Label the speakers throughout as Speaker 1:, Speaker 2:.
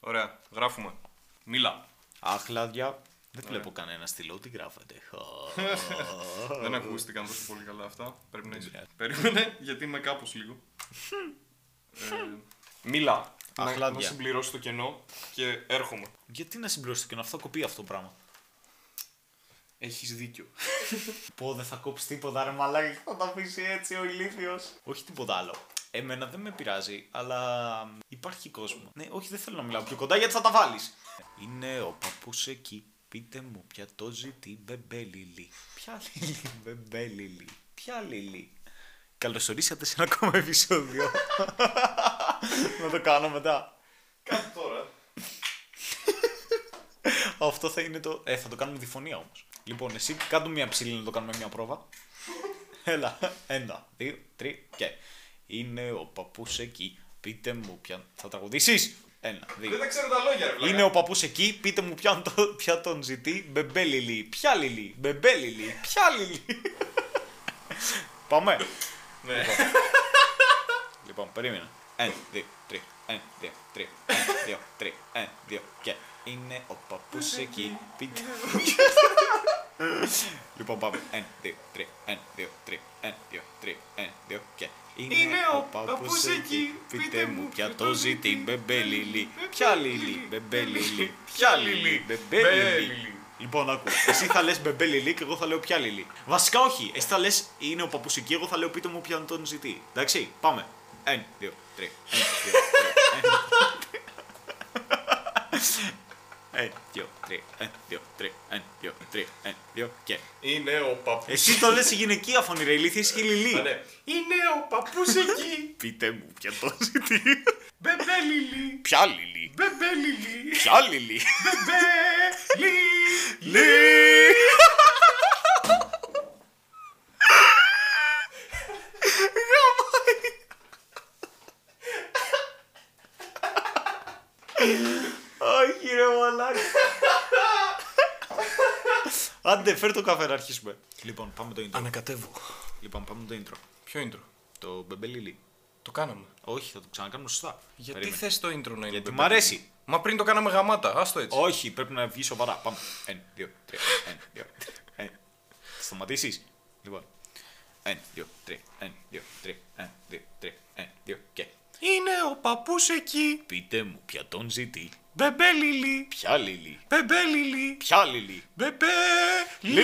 Speaker 1: Ωραία, γράφουμε. Μίλα.
Speaker 2: Αχ, λάδια. Δεν βλέπω κανένα στυλό. Τι γράφετε.
Speaker 1: Δεν
Speaker 2: Ε,
Speaker 1: ακούστηκαν τόσο πολύ καλά αυτά. Πρέπει να είσαι. Περίμενε, γιατί είμαι κάπως λίγο. Ε, Μίλα. Να, να
Speaker 2: Αχλάδια.
Speaker 1: συμπληρώσει το κενό και έρχομαι.
Speaker 2: Γιατί να συμπληρώσει το κενό, αυτό κοπεί αυτό το πράγμα.
Speaker 1: Έχεις δίκιο.
Speaker 2: Πω δεν θα κόψεις τίποτα, ρε μαλάκι, θα το αφήσει έτσι ο ηλίθιος. Όχι τίποτα άλλο. Εμένα δεν με πειράζει, αλλά υπάρχει κόσμο. Ναι, όχι, δεν θέλω να μιλάω πιο κοντά γιατί θα τα βάλεις. Είναι ο παππούς εκεί. Πείτε μου, ποια το ζητεί μπεμπέλιλι. Ποια λιλι, μπεμπέλιλι. Ποια λιλι. Καλωσορίσατε σε ένα ακόμα επεισόδιο. να το κάνω μετά.
Speaker 1: Κάτι τώρα.
Speaker 2: Αυτό θα είναι το. Ε, θα το κάνουμε διφωνία όμως. Λοιπόν, εσύ κάτω μια ψήλη να το κάνουμε μια πρόβα. Έλα. Ένα, δύο, τρία και. Είναι ο παππούς εκεί. Πείτε μου πια. Θα τραγουδήσεις. Ένα, δύο.
Speaker 1: Δεν τα ξέρω τα λόγια, ρε βλάκα.
Speaker 2: Είναι ο παππούς εκεί. Πείτε μου ποια, το, ποια τον ζητεί. Μπεμπέλιλι. Ποια λιλι. Μπεμπέλιλι. Ποια λιλι. Πάμε.
Speaker 1: Ναι.
Speaker 2: Λοιπόν, περίμενα. Ένα, δύο, τρία. Ένα, δύο, τρία. Ένα, δύο, τρία. Ένα, δύο και. Είναι ο παππούς εκεί. Πείτε μου. Λοιπόν, πάμε. Ένα, δύο, τρία. Ένα, δύο, τρία. Ένα, δύο, τρία. Ένα, δύο και.
Speaker 1: Είναι ο παππούς εκεί.
Speaker 2: Πείτε μου ποια το ζητεί. Μπεμπέλιλι. Ποια λιλι. Μπεμπέλιλι. Ποια λιλι. Μπεμπέλιλι.
Speaker 1: Μπεμπέλιλι.
Speaker 2: Λοιπόν, άκου. Εσύ θα λες μπεμπέλιλι και εγώ θα λέω πια λιλι. Βασικά όχι. Εσύ θα λες είναι ο παππούς εκεί, εγώ θα λέω πείτε μου ποιον τον ζητεί. Εντάξει, πάμε. Ένα, δύο, τρία. Ένα, δύο, τρία. Ένα, δύο, τρία. Ένα, δύο, τρία. Ένα, δύο, τρία. Ένα, δύο και.
Speaker 1: Είναι ο παππούς.
Speaker 2: Εσύ το λες η γυναικεία φωνή, ρε ηλίθιε ή
Speaker 1: Α,
Speaker 2: λιλί.
Speaker 1: ναι. Είναι ο παππούς εκεί.
Speaker 2: Πείτε μου ποια τον ζητεί.
Speaker 1: Μπεμπέλιλι.
Speaker 2: Ποια λιλί.
Speaker 1: Μπεμπέλιλι.
Speaker 2: Ποια λιλί.
Speaker 1: Μπεμπέλιλι.
Speaker 2: Λι. Όχι ρε μαλάκα. Άντε, φέρ το καφέ να αρχίσουμε. Λοιπόν, πάμε το intro.
Speaker 1: Ανακατεύω.
Speaker 2: Λοιπόν, πάμε το intro.
Speaker 1: Ποιο intro.
Speaker 2: Το μπεμπελίλι.
Speaker 1: Το κάναμε.
Speaker 2: Όχι, θα το ξανακάνουμε σωστά.
Speaker 1: Γιατί
Speaker 2: Περίμενε.
Speaker 1: θες το intro να είναι
Speaker 2: Γιατί
Speaker 1: μπεμπέλιλι?
Speaker 2: μ' αρέσει.
Speaker 1: Μα πριν το κάναμε γαμάτα, άστο έτσι.
Speaker 2: Όχι, πρέπει να βγει σοβαρά. Πάμε. Ένα, δύο, τρία. Ένα, δύο, τρία. Ένα. Θα σταματήσεις. Λοιπόν. Ένα, δύο, τρία. Ένα, δύο, τρία. Ένα, δύο, τρία. Ένα, δύο και.
Speaker 1: Είναι ο παππούς εκεί.
Speaker 2: Πείτε μου, ποια τον ζητεί.
Speaker 1: Μπεμπέλιλι.
Speaker 2: Ποια λιλι.
Speaker 1: Μπεμπέλιλι.
Speaker 2: Ποια λιλι.
Speaker 1: Μπεμπέλι.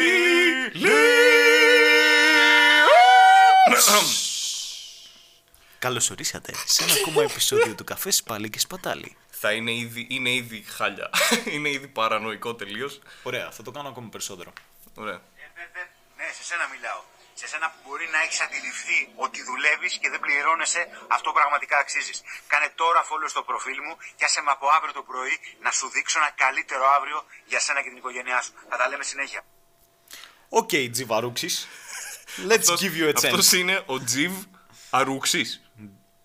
Speaker 2: Καλώ ορίσατε σε ένα ακόμα επεισόδιο του Καφέ Σπάλι και Σπατάλι.
Speaker 1: Θα είναι ήδη, είναι ήδη χάλια. είναι ήδη παρανοϊκό τελείως.
Speaker 2: Ωραία, θα το κάνω ακόμα περισσότερο.
Speaker 1: Ωραία.
Speaker 3: Ε, δε, δε, ναι, σε σένα μιλάω. Σε σένα που μπορεί να έχεις αντιληφθεί ότι δουλεύεις και δεν πληρώνεσαι, αυτό πραγματικά αξίζεις. Κάνε τώρα follow στο προφίλ μου και άσε με από αύριο το πρωί να σου δείξω ένα καλύτερο αύριο για σένα και την οικογένειά σου. Θα τα λέμε συνέχεια.
Speaker 2: Οκ, okay, τζιβαρούξη. Let's give you a chance.
Speaker 1: Αυτός είναι ο Τζιβ Αρούξης.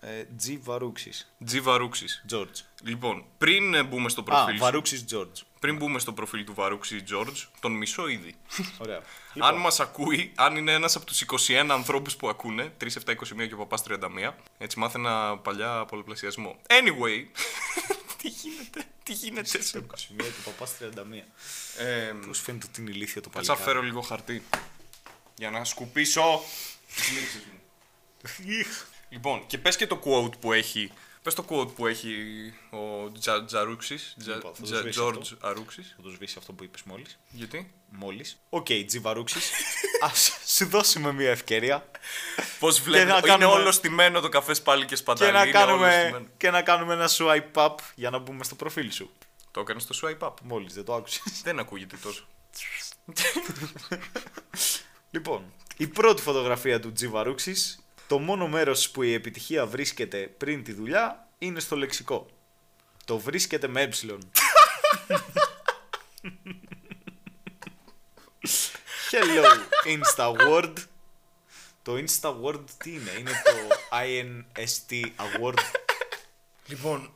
Speaker 2: Ε, Τζι Βαρούξη.
Speaker 1: Τζιβ Αρούξης.
Speaker 2: Τζορτζ.
Speaker 1: Λοιπόν, πριν ε, μπούμε στο
Speaker 2: Α,
Speaker 1: προφίλ. σου-
Speaker 2: Βαρούξη Τζορτζ.
Speaker 1: Πριν μπούμε στο προφίλ του Βαρούξη Τζόρτζ, τον μισό ήδη.
Speaker 2: Ωραία.
Speaker 1: Αν μας ακούει, αν είναι ένας από τους 21 ανθρώπους που ακούνε, 3, 7, 21 και ο παπάς 31, έτσι μάθαινα παλιά πολλαπλασιασμό. Anyway, τι γίνεται, τι γίνεται σε.
Speaker 2: 21 και παπά 31.
Speaker 1: Ε,
Speaker 2: Πώς φαίνεται ότι είναι ηλίθεια το
Speaker 1: θα
Speaker 2: παλικάρι.
Speaker 1: φέρω λίγο χαρτί. Για να σκουπίσω.
Speaker 2: Ιχ.
Speaker 1: λοιπόν, και πες και το quote που έχει. Πες το quote που έχει ο Τζα- Τζαρούξης. Τζα-
Speaker 2: Λοιπόν, θα το
Speaker 1: Τζα-
Speaker 2: σβήσω
Speaker 1: Τζορτζ Αρούξης.
Speaker 2: Θα το σβήσει αυτό που είπες μόλις.
Speaker 1: Γιατί.
Speaker 2: Μόλις. Οκ, okay, τζιβαρούξης. Ας σου δώσουμε μια ευκαιρία
Speaker 1: Πώς
Speaker 2: να
Speaker 1: βλέπετε, είναι
Speaker 2: κάνουμε-
Speaker 1: όλο στημένο το καφές πάλι και
Speaker 2: και,
Speaker 1: σπαταλή.
Speaker 2: να
Speaker 1: είναι όλο
Speaker 2: κάνουμε,
Speaker 1: στημένο.
Speaker 2: και να κάνουμε ένα swipe up για να μπούμε στο προφίλ σου.
Speaker 1: Το έκανες στο swipe up.
Speaker 2: Μόλις δεν το άκουσες.
Speaker 1: Δεν ακούγεται τόσο.
Speaker 2: λοιπόν, η πρώτη φωτογραφία του τζιβαρούξης. Το μόνο μέρος που η επιτυχία βρίσκεται πριν τη δουλειά είναι στο λεξικό. Το βρίσκεται με ε. Hello Insta Award. Το Insta Award τι είναι, είναι το INST Award.
Speaker 1: Λοιπόν.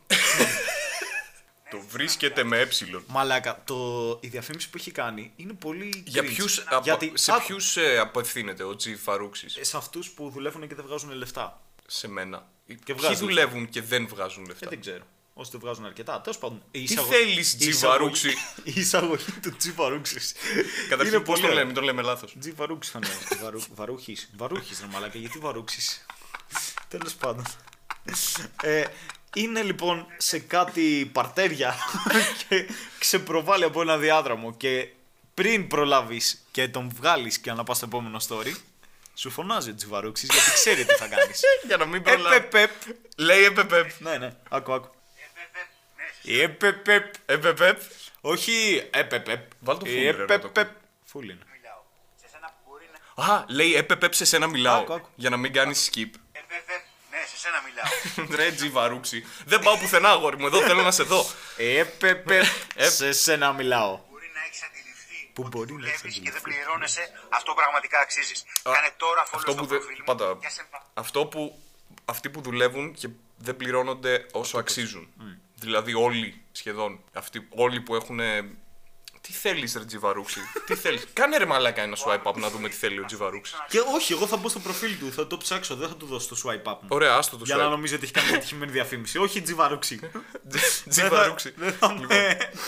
Speaker 1: το βρίσκεται με ε.
Speaker 2: Μαλάκα, το... η διαφήμιση που έχει κάνει είναι πολύ.
Speaker 1: Για
Speaker 2: cringe.
Speaker 1: ποιους,
Speaker 2: Γιατί-
Speaker 1: απα... Σε
Speaker 2: άκου, Ε,
Speaker 1: ποιους ε, απευθύνεται ο Τζι Φαρούξης.
Speaker 2: σε αυτούς που δουλεύουν και δεν βγάζουν λεφτά.
Speaker 1: σε μένα.
Speaker 2: βγάζουν.
Speaker 1: Ποιοι δουλεύουν και δεν βγάζουν λεφτά.
Speaker 2: Ε, δεν ξέρω. Όσοι το βγάζουν αρκετά. Τέλος πάντων. η
Speaker 1: Τι
Speaker 2: εισαγω-
Speaker 1: θέλεις,
Speaker 2: η
Speaker 1: Τζιβαρούξη?
Speaker 2: εισαγωγή- Η εισαγωγή του Τζιβαρούξη.
Speaker 1: Καταρχήν, πώς το
Speaker 2: ωραίο.
Speaker 1: λέμε, μην το λέμε λάθος.
Speaker 2: Τζιβαρούξη θα είναι. Βαρούχης. Βαρούχης, ρε μαλάκα, γιατί βαρούξη. Τέλος πάντων. Ε, είναι λοιπόν σε κάτι παρτέρια και ξεπροβάλλει από ένα διάδρομο και πριν προλάβεις και τον βγάλεις και να πας στο επόμενο story σου φωνάζει ο Τζιβαρούξης γιατί ξέρει τι θα κάνεις.
Speaker 1: Για να μην προλάβει.
Speaker 2: Επεπεπ.
Speaker 1: Λέει ε, επεπεπ.
Speaker 2: Ναι, ναι, άκου, άκου.
Speaker 3: Επεπεπ, ναι, σε-
Speaker 2: Επεπεπ.
Speaker 1: Επεπεπ.
Speaker 2: Όχι ε, επεπεπ.
Speaker 1: Βάλ το full, ρε, να το ακούω.
Speaker 2: Επεπεπ. Full είναι.
Speaker 3: μιλάω. Σε σένα που μπορεί να.
Speaker 1: Α, λέει επεπεπ σε σένα
Speaker 2: Άκου,
Speaker 1: μιλάω.
Speaker 2: άκου.
Speaker 1: Για να μην κάνεις skip.
Speaker 3: Επεπεπ, ναι, σε σένα μιλάω.
Speaker 1: Ρε Τζιβαρούξη. Δεν πάω πουθενά, αγόρι μου. Εδώ θέλω να σε δω.
Speaker 2: Επεπεπ. Ε,
Speaker 1: Ε,
Speaker 2: Σε σένα μιλάω.
Speaker 3: μπορεί να έχεις αντιληφθεί
Speaker 2: Που
Speaker 3: ότι
Speaker 2: μπορεί να έχεις
Speaker 3: δουλεύεις και δεν
Speaker 2: αντιληφθεί.
Speaker 3: πληρώνεσαι, αυτό πραγματικά αξίζεις. Κάνε τώρα follow
Speaker 1: Αυτό
Speaker 3: στο
Speaker 1: που δεν.
Speaker 3: προφίλ μου.
Speaker 1: Πάντα.
Speaker 3: και άσε με-
Speaker 1: Αυτό που. Αυτοί που δουλεύουν και δεν πληρώνονται όσο αξίζουν.
Speaker 2: Ναι.
Speaker 1: Δηλαδή όλοι σχεδόν. Αυτοί, όλοι που έχουν. Τι θέλεις, Ρε Τζιβαρούξη. τι θέλεις. Κάνε ρε μαλάκα ένα swipe up να δούμε τι θέλει ο Τζιβαρούξη.
Speaker 2: Και όχι, εγώ θα μπω στο προφίλ του, θα το ψάξω, δεν θα του δώσω το swipe up μου.
Speaker 1: Ωραία, άστο το
Speaker 2: Για να
Speaker 1: swipe.
Speaker 2: νομίζει ότι έχει κάνει πετυχημένη διαφήμιση. Όχι τζιβαρούξι.
Speaker 1: Τζιβαρούξη. Λοιπόν.
Speaker 2: Δεν θα μου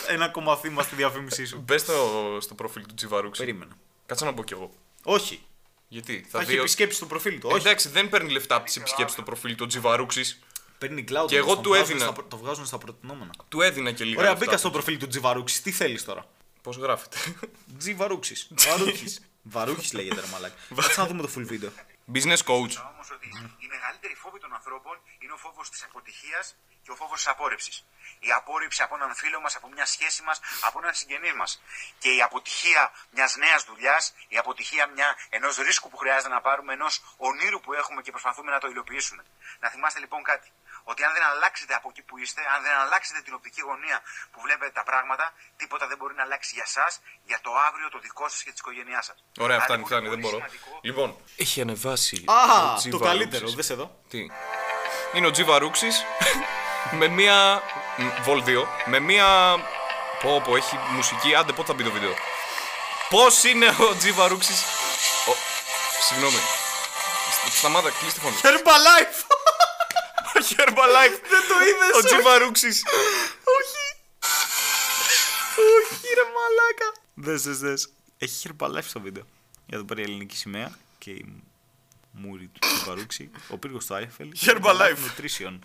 Speaker 2: ένα κομμάτι μα στη διαφήμιση σου.
Speaker 1: Μπες στο, στο προφίλ του Τζιβαρούξη.
Speaker 2: Περίμενα.
Speaker 1: Κάτσε να πω κι εγώ.
Speaker 2: Όχι.
Speaker 1: Γιατί θα,
Speaker 2: Θα
Speaker 1: δει.
Speaker 2: έχει
Speaker 1: ότι-
Speaker 2: επισκέψει στο προφίλ του. Όχι.
Speaker 1: Εντάξει, δεν παίρνει λεφτά από τις επισκέψεις στο προφίλ του Τζιβαρούξη.
Speaker 2: Παίρνει cloud.
Speaker 1: Και εγώ
Speaker 2: όμως, το
Speaker 1: του
Speaker 2: βγάζουν
Speaker 1: έδινα.
Speaker 2: στα προ- Το βγάζουν στα προτινόμενα.
Speaker 1: Του έδινα και λίγα.
Speaker 2: Ωραία, μπήκα στο προφίλ του τζιβαρούξι. Τι θέλεις τώρα.
Speaker 1: Πώς γράφεται.
Speaker 2: Τζιβαρούξι. Βαρούχης. Βαρούχης λέγεται ρε μαλάκι. Κάτσε να δούμε το full video.
Speaker 1: Business coach.
Speaker 3: Όμως ότι η μεγαλύτερη φόβη των ανθρώπων είναι ο φόβος της αποτυχίας και ο φόβος της απόρριψης. Η απόρριψη από έναν φίλο μας, από μια σχέση μας, από έναν συγγενή μας. Και η αποτυχία μιας νέας δουλειάς, η αποτυχία μια... ενός ρίσκου που χρειάζεται να πάρουμε, ενός ονείρου που έχουμε και προσπαθούμε να το υλοποιήσουμε. Να θυμάστε λοιπόν κάτι. Ότι αν δεν αλλάξετε από εκεί που είστε, αν δεν αλλάξετε την οπτική γωνία που βλέπετε τα πράγματα, τίποτα δεν μπορεί να αλλάξει για εσά, για το αύριο, το δικό σας και τη οικογένειά σας.
Speaker 1: Ωραία, φτάνει, φτάνει, δεν μπορώ. Λοιπόν, έχει ανεβάσει.
Speaker 2: Α,
Speaker 1: ο
Speaker 2: το
Speaker 1: Τζιβαρούξης.
Speaker 2: καλύτερο. Δες εδώ.
Speaker 1: Τι. Είναι ο Τζιβαρούξη με μία. μ, Βολδίο. Με μία. Πω, πω, έχει μουσική. Άντε, πότε θα μπει το βίντεο. Πώς είναι ο Τζιβαρούξη. Συγγνώμη. Στα- Σταμάτα, κλείστε φωνή.
Speaker 2: Herbalife!
Speaker 1: Herbalife.
Speaker 2: Δεν το είδες.
Speaker 1: Ο Τζιβαρούξης.
Speaker 2: Όχι. Όχι, ρε μαλάκα. Δες, δες, δες. Έχει χερπαλάσει στο βίντεο. Εδώ πέρα η ελληνική σημαία και η μούρη του Τζιβαρούξη. Ο πύργος του Άιφελ.
Speaker 1: Herbalife.
Speaker 2: Nutrition.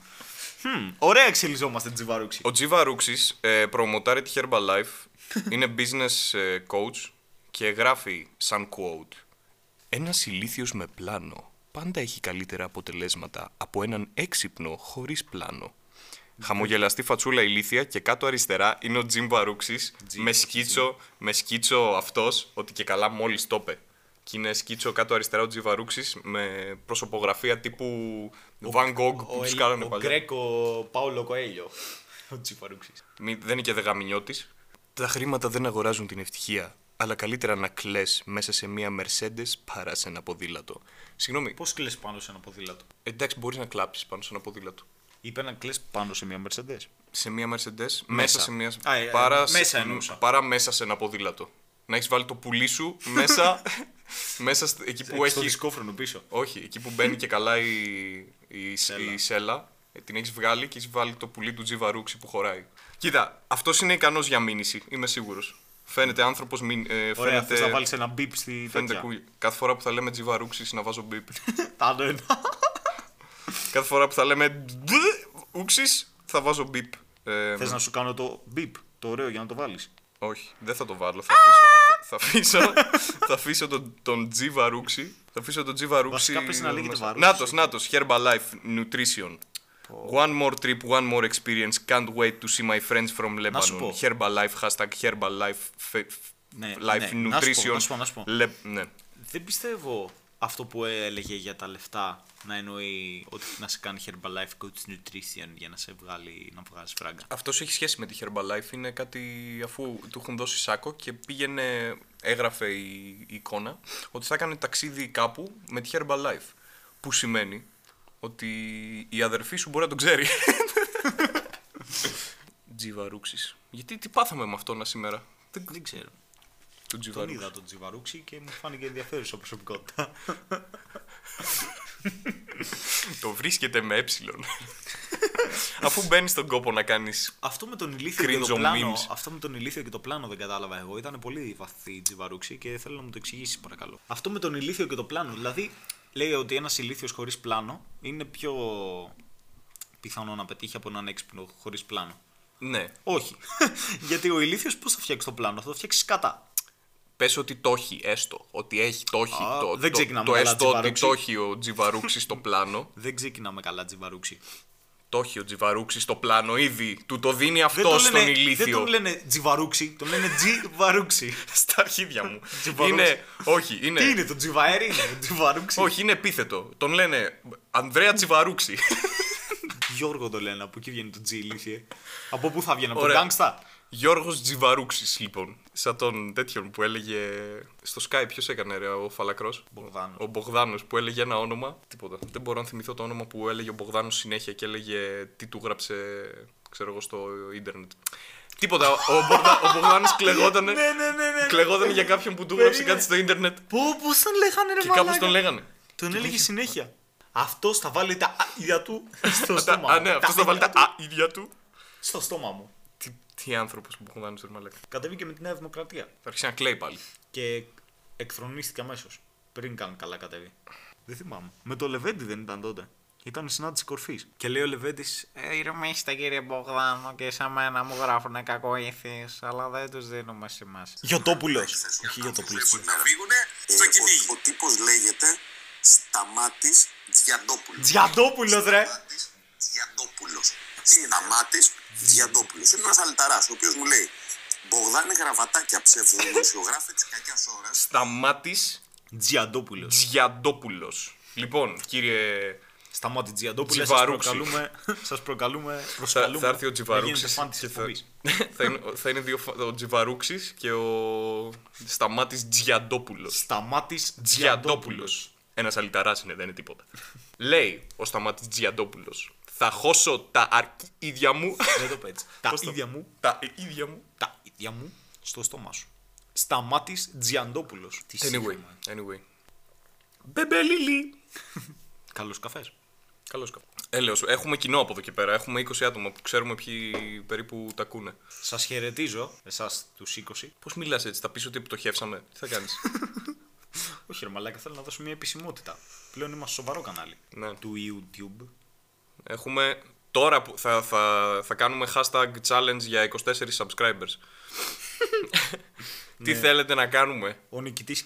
Speaker 2: Χμ, Ωραία εξελιζόμαστε Τζιβαρούξη.
Speaker 1: Ο Τζιβαρούξης ε, προμοτάρει τη Herbalife. είναι business ε, coach και γράφει σαν quote. Ένας ηλίθιος με πλάνο πάντα έχει καλύτερα αποτελέσματα από έναν έξυπνο χωρίς πλάνο.
Speaker 2: Ναι.
Speaker 1: Χαμογελαστή φατσούλα ηλίθια και κάτω αριστερά είναι ο Τζιμ Βαρούξης με
Speaker 2: ναι.
Speaker 1: σκίτσο, με σκίτσο αυτός ότι και καλά μόλις το είπε. Και είναι σκίτσο κάτω αριστερά ο Τζιμ Βαρούξης με προσωπογραφία τύπου Van Gogh που τους κάνανε
Speaker 2: ο
Speaker 1: παλιά.
Speaker 2: Γκρέκο Πάολο Κοέλιο. Ο Τζιβαρούξη.
Speaker 1: Μη- δεν είναι και δεγαμινιώτη. Τα χρήματα δεν αγοράζουν την ευτυχία. Αλλά καλύτερα να κλε μέσα σε μία Mercedes παρά σε ένα ποδήλατο. Συγγνώμη,
Speaker 2: Πώς κλε πάνω σε ένα ποδήλατο.
Speaker 1: εντάξει, μπορείς να κλάψεις πάνω σε ένα ποδήλατο.
Speaker 2: Είπε να κλε πάνω σε μια Mercedes.
Speaker 1: Σε μία Mercedes, μέσα, σε μία.
Speaker 2: Α, ε, ε,
Speaker 1: παρά, σε-
Speaker 2: μέσα εννοούσα.
Speaker 1: παρά μέσα σε ένα ποδήλατο. Να έχεις βάλει το πουλί σου μέσα. μέσα στ- εκεί που
Speaker 2: Στο
Speaker 1: έχει.
Speaker 2: δισκόφρονο πίσω.
Speaker 1: Όχι, εκεί που μπαίνει και καλά η, η,
Speaker 2: Σέλα.
Speaker 1: η σέλα, ε, την έχεις βγάλει και έχεις βάλει το πουλί του Τζιβαρούξη που χωράει. Κοίτα, αυτός είναι ικανός για μήνυση, είμαι σίγουρος. Φαίνεται άνθρωπος. Ε,
Speaker 2: Ωραία,
Speaker 1: φαίνεται
Speaker 2: θες να βάλεις ένα μπίπ στη
Speaker 1: φαίνεται
Speaker 2: τέτοια.
Speaker 1: cool. Κάθε φορά που θα λέμε Τζιβαρούξη να βάζω μπίπ.
Speaker 2: Τάνω ένα.
Speaker 1: Κάθε φορά που θα λέμε Ούξη θα βάζω μπίπ. Ε,
Speaker 2: Θες να σου κάνω το μπιπ, το ωραίο για να το βάλεις.
Speaker 1: Όχι, δεν θα το βάλω. Θα αφήσω, θα αφήσω, θα αφήσω τον, τον Τζιβαρούξη. Θα αφήσω τον Τζιβαρούξη.
Speaker 2: Βασικά πες να λέγεται Βαρούξη.
Speaker 1: Νάτος, νάτος, Herbalife Nutrition. One more trip, one more experience. Can't wait to see my friends from Lebanon.
Speaker 2: σου πω.
Speaker 1: Herbalife, hashtag Herbalife. fe-
Speaker 2: Ναι,
Speaker 1: life
Speaker 2: ναι. Να σου πω,
Speaker 1: Nutrition.
Speaker 2: να σου πω, να σου πω.
Speaker 1: Le- ναι.
Speaker 2: Δεν πιστεύω αυτό που έλεγε για τα λεφτά να εννοεί ότι να σε κάνει Herbalife Coach Nutrition για να σε βγάλει να βγάλει φράγκα.
Speaker 1: Αυτός έχει σχέση με τη Herbalife. Είναι κάτι αφού του έχουν δώσει σάκο και πήγαινε, έγραφε η, η εικόνα ότι θα έκανε ταξίδι κάπου με τη Herbalife. Που σημαίνει ότι η αδερφή σου μπορεί να τον ξέρει. Τζιβαρούξης. Γιατί τι πάθαμε με αυτόν σήμερα.
Speaker 2: Δεν, δεν ξέρω.
Speaker 1: Τον
Speaker 2: Τον
Speaker 1: Τζιβαρούξη.
Speaker 2: είδα τον Τζιβαρούξη και μου φάνηκε ενδιαφέρουσα προσωπικότητα.
Speaker 1: Το βρίσκεται με έψιλον. Αφού μπαίνεις στον κόπο να κάνεις.
Speaker 2: Αυτό με τον ηλίθιο και το
Speaker 1: Cringe on
Speaker 2: πλάνο.
Speaker 1: memes.
Speaker 2: Αυτό με τον ηλίθιο και το πλάνο δεν κατάλαβα εγώ. Ήταν πολύ βαθύ η τζιβαρούξη και θέλω να μου το εξηγήσεις, παρακαλώ. Αυτό με τον ηλίθιο και το πλάνο. Δηλαδή, λέει ότι ένας ηλίθιος χωρίς πλάνο είναι πιο πιθανό να πετύχει από έναν έξυπνο χωρίς πλάνο.
Speaker 1: Ναι.
Speaker 2: Όχι. Γιατί ο ηλίθιος πώς θα φτιάξει το πλάνο, θα το φτιάξει κατά.
Speaker 1: Πες ότι το έχει, έστω. Ότι έχει, το έχει.
Speaker 2: Α,
Speaker 1: το,
Speaker 2: δεν
Speaker 1: το-
Speaker 2: ξεκινάμε
Speaker 1: Το
Speaker 2: καλά,
Speaker 1: έστω ότι
Speaker 2: Τζιβαρούξη.
Speaker 1: το έχει ο Τζιβαρούξης στο πλάνο.
Speaker 2: Δεν ξεκινάμε καλά, τζιβαρούξη.
Speaker 1: Το έχει ο Τζιβαρούξη στο πλάνο ήδη. Του το δίνει
Speaker 2: Δεν
Speaker 1: αυτό
Speaker 2: τον
Speaker 1: στον
Speaker 2: λένε-
Speaker 1: ηλίθιο.
Speaker 2: Δεν τον λένε τζιβαρούξη, τον λένε τζιβαρούξη.
Speaker 1: Στα αρχίδια μου.
Speaker 2: Τζιβαρούξη.
Speaker 1: είναι. Όχι, είναι.
Speaker 2: Τι είναι, το τζιβαέρι είναι, τζιβαρούξη.
Speaker 1: Ναι. Όχι, είναι επίθετο. Τον λένε Ανδρέα Τζιβαρούξη.
Speaker 2: Γιώργο το λένε, από εκεί βγαίνει το G ηλίθιε. από πού θα βγαίνει, από τον
Speaker 1: Ωραία.
Speaker 2: Γκάγκστα.
Speaker 1: Γιώργος Τζιβαρούξης λοιπόν. Σαν τον τέτοιον που έλεγε. Στο Sky, ποιος έκανε ρε, ο Φαλακρός.
Speaker 2: Μπογδάνος.
Speaker 1: Ο Μπογδάνος που έλεγε ένα όνομα. Τίποτα. Δεν μπορώ να θυμηθώ το όνομα που έλεγε ο Μπογδάνος συνέχεια και έλεγε τι του γράψε, ξέρω εγώ, στο ίντερνετ. Τίποτα. Ο, Μπογδα... ο Μπογδάνος κλεγότανε.
Speaker 2: Ναι, ναι, ναι, ναι.
Speaker 1: κλεγότανε για κάποιον που του γράψε
Speaker 2: Περίμενε.
Speaker 1: κάτι στο ίντερνετ.
Speaker 2: Πω, πώ τον λέγανε, ρε
Speaker 1: Και
Speaker 2: μαλάκα.
Speaker 1: κάπως τον λέγανε.
Speaker 2: Τον έλεγε συνέχεια. Αυτός θα βάλει τα ίδια του στο στόμα μου.
Speaker 1: Α, ναι, αυτός θα βάλει τα
Speaker 2: «α»
Speaker 1: α, ίδια του.
Speaker 2: Στο στόμα μου.
Speaker 1: Τι, τι άνθρωπος που Μπογδάνος, ρε μαλάκα.
Speaker 2: Κατέβηκε με τη Νέα Δημοκρατία.
Speaker 1: Θα αρχίσει να κλαίει πάλι.
Speaker 2: Και εκθρονίστηκε αμέσω.
Speaker 1: Λοιπόν,
Speaker 2: Πριν καν καλά κατέβει. Δεν θυμάμαι. Με το Λεβέντι δεν ήταν τότε. Ήταν συνάντηση κορφής. Και λέει ο Λεβέντης.
Speaker 4: Ε, Ηρεμήστε κύριε Μπογδάνο και σε μένα μου γράφουνε κακοήθεις, αλλά δεν τους δίνουμε σημασία.
Speaker 2: Γιωτόπουλο.
Speaker 5: Ξέρεις,
Speaker 2: Όχι
Speaker 5: οι άνθρωποι
Speaker 2: Γιωτόπουλο.
Speaker 5: βλέπουν Λοιπόν, να φύγουνε στο κυνήγι. Ε, Ο, ο τύπος λέγεται Σταμάτης Διαντόπουλος.
Speaker 2: Διαντόπουλο, ρε!
Speaker 5: Σταμάτης Διαντόπουλος. Σταμάτης Διαντόπουλος. Είναι ένας αλταράς ο οποίος μου λέει Μπογδάνε γραβατάκια ψεύδου δημοσιογράφε της κακιάς ώρας.
Speaker 1: Σταμάτης
Speaker 2: Τζιαντόπουλος.
Speaker 1: Τζιαντόπουλος. Λοιπόν, κύριε.
Speaker 2: Σταμάτη Τζιαντόπουλο. Σας
Speaker 1: Τζιβαρούξη.
Speaker 2: προκαλούμε. Σας προκαλούμε.
Speaker 1: Θα,
Speaker 2: προσκαλούμε
Speaker 1: θα έρθει ο
Speaker 2: να
Speaker 1: Τζιβαρούξη.
Speaker 2: γίνετε φαν της εκπομπής.
Speaker 1: θα, είναι, θα είναι δύο, φα- ο Τζιβαρούξης και ο Σταμάτης Τζιαντόπουλος.
Speaker 2: Σταμάτης
Speaker 1: Τζιαντόπουλος.
Speaker 2: Τζιαντόπουλος.
Speaker 1: Ένας αλυταρά είναι, δεν είναι τίποτα. Λέει ο Σταμάτης Τζιαντόπουλος. Θα χώσω τα αρχίδια μου.
Speaker 2: Δεν το πέτσε. Τα
Speaker 1: Πώς το-
Speaker 2: ίδια μου.
Speaker 1: τα ε, ίδια μου.
Speaker 2: Τα ίδια μου στο στόμα σου. Σταμάτη Τζιαντόπουλος. Τι
Speaker 1: Anyway. anyway. Μπεμπελίλι.
Speaker 2: Καλός καφές.
Speaker 1: Καλώ καφέ. Έλεος, Ε, έχουμε κοινό από εδώ και πέρα. Έχουμε 20 άτομα που ξέρουμε ποιοι περίπου τα ακούνε.
Speaker 2: Σας χαιρετίζω, εσάς τους 20.
Speaker 1: Πώς μιλάς έτσι, θα πει ότι πτωχεύσαμε. Τι θα κάνεις.
Speaker 2: Όχι, ρε Μαλάκα, θέλω να δώσω μια επισημότητα. Πλέον είμαστε σοβαρό κανάλι.
Speaker 1: Ναι.
Speaker 2: Του YouTube.
Speaker 1: Έχουμε τώρα που θα, θα, θα κάνουμε hashtag challenge για 24 subscribers. Τι
Speaker 2: Ναι.
Speaker 1: θέλετε να κάνουμε.
Speaker 2: Ο νικητής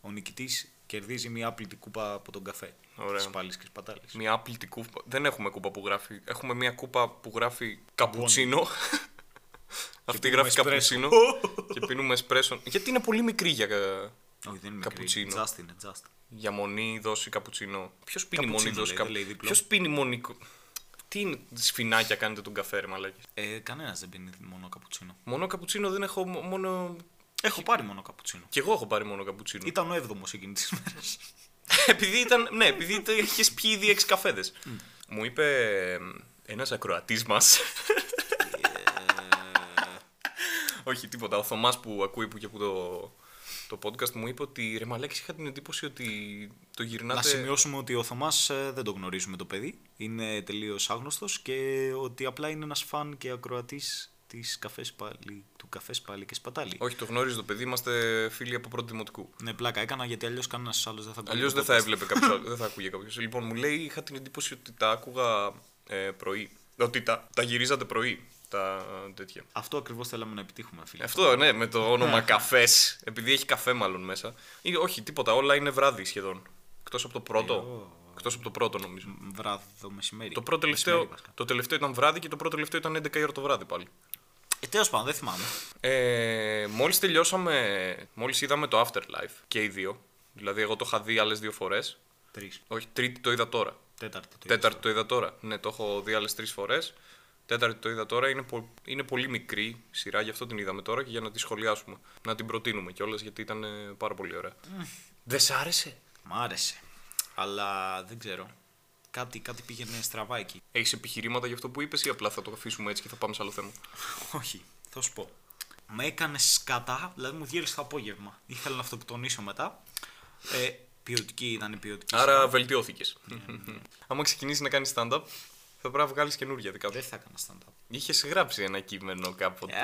Speaker 2: ο νικητής κερδίζει μια άπλητη κούπα από τον καφέ.
Speaker 1: Ωραία.
Speaker 2: Τη πάλι και πατάλη.
Speaker 1: Μια άπλητη κούπα. Δεν έχουμε κούπα που γράφει. Έχουμε μια κούπα που γράφει καπουτσίνο. Αυτή
Speaker 2: πίνουμε
Speaker 1: γράφει
Speaker 2: espresso.
Speaker 1: καπουτσίνο. και πίνουμε εσπρέσο. Γιατί είναι πολύ μικρή για,
Speaker 2: Όχι, δεν είναι
Speaker 1: Ναι. Καπουτσίνο.
Speaker 2: μικρή. Just είναι, just.
Speaker 1: για μονή δόση καπουτσίνο. Ποιος πίνει
Speaker 2: Καπουτσίνο
Speaker 1: μονή
Speaker 2: λέει,
Speaker 1: δόση
Speaker 2: δεν λέει
Speaker 1: καπουτσίνο.
Speaker 2: διπλό.
Speaker 1: Ποιο πίνει μονή. κο- Τι είναι σφινάκια κάνετε τον καφέ, ρε μαλάκι.
Speaker 2: Ε, Κανένας δεν πίνει μόνο καπουτσίνο.
Speaker 1: Μόνο καπουτσίνο δεν έχω. μο- Μόνο.
Speaker 2: Έχω πάρει μόνο καπουτσίνο.
Speaker 1: Κι εγώ έχω πάρει μόνο καπουτσίνο.
Speaker 2: Ήταν ο 7ο εκείνη τη μέρα.
Speaker 1: επειδή ήταν. Ναι, επειδή είχες πιει ήδη έξι καφέδες. Μου είπε ένας ακροατής μας. Όχι, τίποτα. Ο Θωμάς που ακούει που και που το, το podcast μου είπε ότι ρε Μαλέκης είχα την εντύπωση ότι το
Speaker 2: Να
Speaker 1: γυρνάτε.
Speaker 2: σημειώσουμε ότι ο Θωμάς δεν το γνωρίζουμε το παιδί. Είναι τελείως άγνωστος και ότι απλά είναι ένας φαν και ακροατής της καφές πάλι, του καφές πάλι και σπατάλι.
Speaker 1: Όχι, το γνώριζε το παιδί, είμαστε φίλοι από πρώτη δημοτικού.
Speaker 2: Ναι, πλάκα έκανα γιατί αλλιώς κανένας άλλος δεν θα ακούει.
Speaker 1: Αλλιώς
Speaker 2: το
Speaker 1: δεν θα
Speaker 2: podcast.
Speaker 1: έβλεπε κάποιος άλλος, δεν θα ακούγε κάποιος. Λοιπόν, μου λέει, είχα την εντύπωση ότι τα άκουγα ε, πρωί. Ότι τα, τα γυρίζατε πρωί. Τα τέτοια.
Speaker 2: Αυτό ακριβώς θέλαμε να επιτύχουμε, φίλε.
Speaker 1: Αυτό, ναι, με το όνομα καφές. Επειδή έχει καφέ, μάλλον μέσα. Ή, όχι, τίποτα. Όλα είναι βράδυ σχεδόν. Εκτός από το πρώτο. Εκτός από το πρώτο, νομίζω.
Speaker 2: Μ, Βράδυ, μεσημέρι.
Speaker 1: Το πρώτο
Speaker 2: Μεσημέρι,
Speaker 1: τελευταίο,
Speaker 2: βασικά.
Speaker 1: το τελευταίο ήταν βράδυ και το πρώτο τελευταίο ήταν 11 η ώρα το βράδυ πάλι.
Speaker 2: Ε, Τέλος πάντων, δεν θυμάμαι.
Speaker 1: Ε, μόλις τελειώσαμε, μόλις είδαμε το Afterlife και οι δύο. Δηλαδή, εγώ το είχα δει άλλες δύο φορές.
Speaker 2: Τρεις.
Speaker 1: Όχι, τρίτη το είδα τώρα.
Speaker 2: Τέταρτη. Το
Speaker 1: Τέταρτη το είδα τώρα. Ναι, το έχω δει άλλες τρεις φορές. Τέταρτη το είδα τώρα. Είναι, πο- είναι πολύ μικρή σειρά, γι' αυτό την είδαμε τώρα και για να τη σχολιάσουμε. Να την προτείνουμε κιόλας γιατί ήταν ε, πάρα πολύ ωραία. Δεν σ' άρεσε.
Speaker 2: είδα. Μ' άρεσε. Αλλά δεν ξέρω. Κάτι, κάτι πήγαινε στραβά εκεί.
Speaker 1: Έχεις επιχειρήματα για αυτό που είπες ή απλά θα το αφήσουμε έτσι και θα πάμε σε άλλο θέμα.
Speaker 2: Όχι, θα σου πω. Με έκανε σκατά, δηλαδή μου διέλυσε το απόγευμα. Ήθελα να αυτοκτονήσω μετά. Ε, ποιοτική ήταν η ποιοτική.
Speaker 1: Άρα βελτιώθηκε. Άμα ξεκινήσεις να κάνεις stand-up, Θα πρέπει να βγάλεις καινούργια δικά σου.
Speaker 2: Δεν θα έκανα stand-up.
Speaker 1: Είχες γράψει ένα κείμενο κάποτε.
Speaker 2: Α,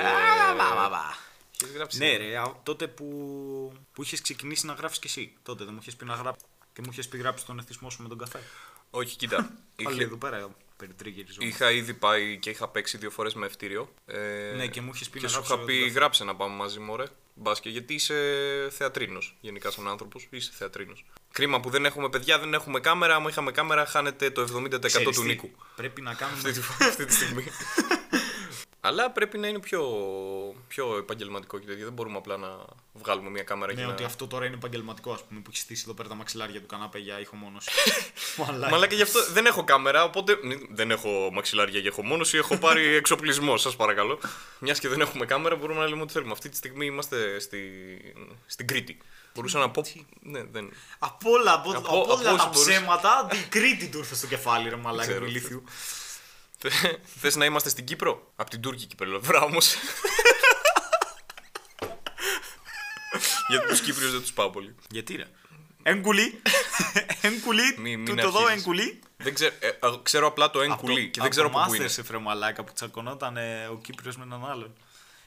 Speaker 2: βα, βα, βα.
Speaker 1: Είχες γράψει.
Speaker 2: Ναι, ρε, α, τότε που, που είχες ξεκινήσει να γράφει κι εσύ. Τότε δεν μου είχες πει να γράψεις. Και μου είχες πει γράψει τον εθισμό σου με τον καφέ.
Speaker 1: Όχι, κοίτα.
Speaker 2: Πάλι
Speaker 1: είχε-
Speaker 2: εδώ πέρα ε, περιτρίγυριζόμουν.
Speaker 1: Είχα ήδη πάει και είχα παίξει δύο φορές με ευτήριο. Ε,
Speaker 2: Ναι, και μου είχες πει
Speaker 1: και
Speaker 2: να
Speaker 1: σου
Speaker 2: γράψω δηλαδή.
Speaker 1: είχα
Speaker 2: εγώ
Speaker 1: πει
Speaker 2: τον καθένα.
Speaker 1: γράψε να πάμε μαζί μου, ωραία. Μπάσκε, γιατί είσαι θεατρίνος. Γενικά, σαν άνθρωπος, είσαι θεατρίνος. Κρίμα που δεν έχουμε παιδιά, δεν έχουμε κάμερα. Άμα είχαμε κάμερα, χάνεται το 70%
Speaker 2: Ξέρεις
Speaker 1: του
Speaker 2: τι,
Speaker 1: νίκου.
Speaker 2: Πρέπει να κάνουμε.
Speaker 1: αυτή τη- αυτή τη στιγμή. Αλλά πρέπει να είναι πιο, πιο επαγγελματικό και τέτοιο. Δεν μπορούμε απλά να βγάλουμε μια κάμερα
Speaker 2: ναι,
Speaker 1: και
Speaker 2: ότι
Speaker 1: να...
Speaker 2: αυτό τώρα είναι επαγγελματικό, ας πούμε, που έχει στήσει εδώ πέρα τα μαξιλάρια του κανάπε για ηχομόνωση.
Speaker 1: Μαλάκα γι' αυτό δεν έχω κάμερα, οπότε μ, δεν έχω μαξιλάρια για έχω μόνος ή έχω πάρει εξοπλισμό, σας παρακαλώ. Μιας και δεν έχουμε κάμερα, μπορούμε να λέμε ό,τι θέλουμε. Αυτή τη στιγμή είμαστε στη... στην Κρήτη. Μπορούσα να πω. Ναι, δεν.
Speaker 2: Από όλα, από,
Speaker 1: Από-
Speaker 2: από όλα
Speaker 1: από όσους
Speaker 2: τα
Speaker 1: μπορούσε.
Speaker 2: ψέματα, την Κρήτη του ήρθε στο κεφάλι, ρε μαλάκα
Speaker 1: Ξέρω.
Speaker 2: του ηλίθιου.
Speaker 1: Θε- Θες να είμαστε στην Κύπρο? Απ' την Τούρκη Κυπελοβρά όμως. Γιατί τους Κύπριους δεν τους πάω πολύ.
Speaker 2: Γιατί ρε. Εγκουλή. εγκουλή.
Speaker 1: Μη- μην
Speaker 2: του το δω
Speaker 1: αρχίζεις.
Speaker 2: εγκουλή.
Speaker 1: Δεν ξέρω, ε, α, ξέρω απλά το εγκουλί και δεν ξέρω από πού είναι.
Speaker 2: Μάστερ σε μαλάκα που τσακωνόταν ε, ο Κύπριος με έναν άλλον.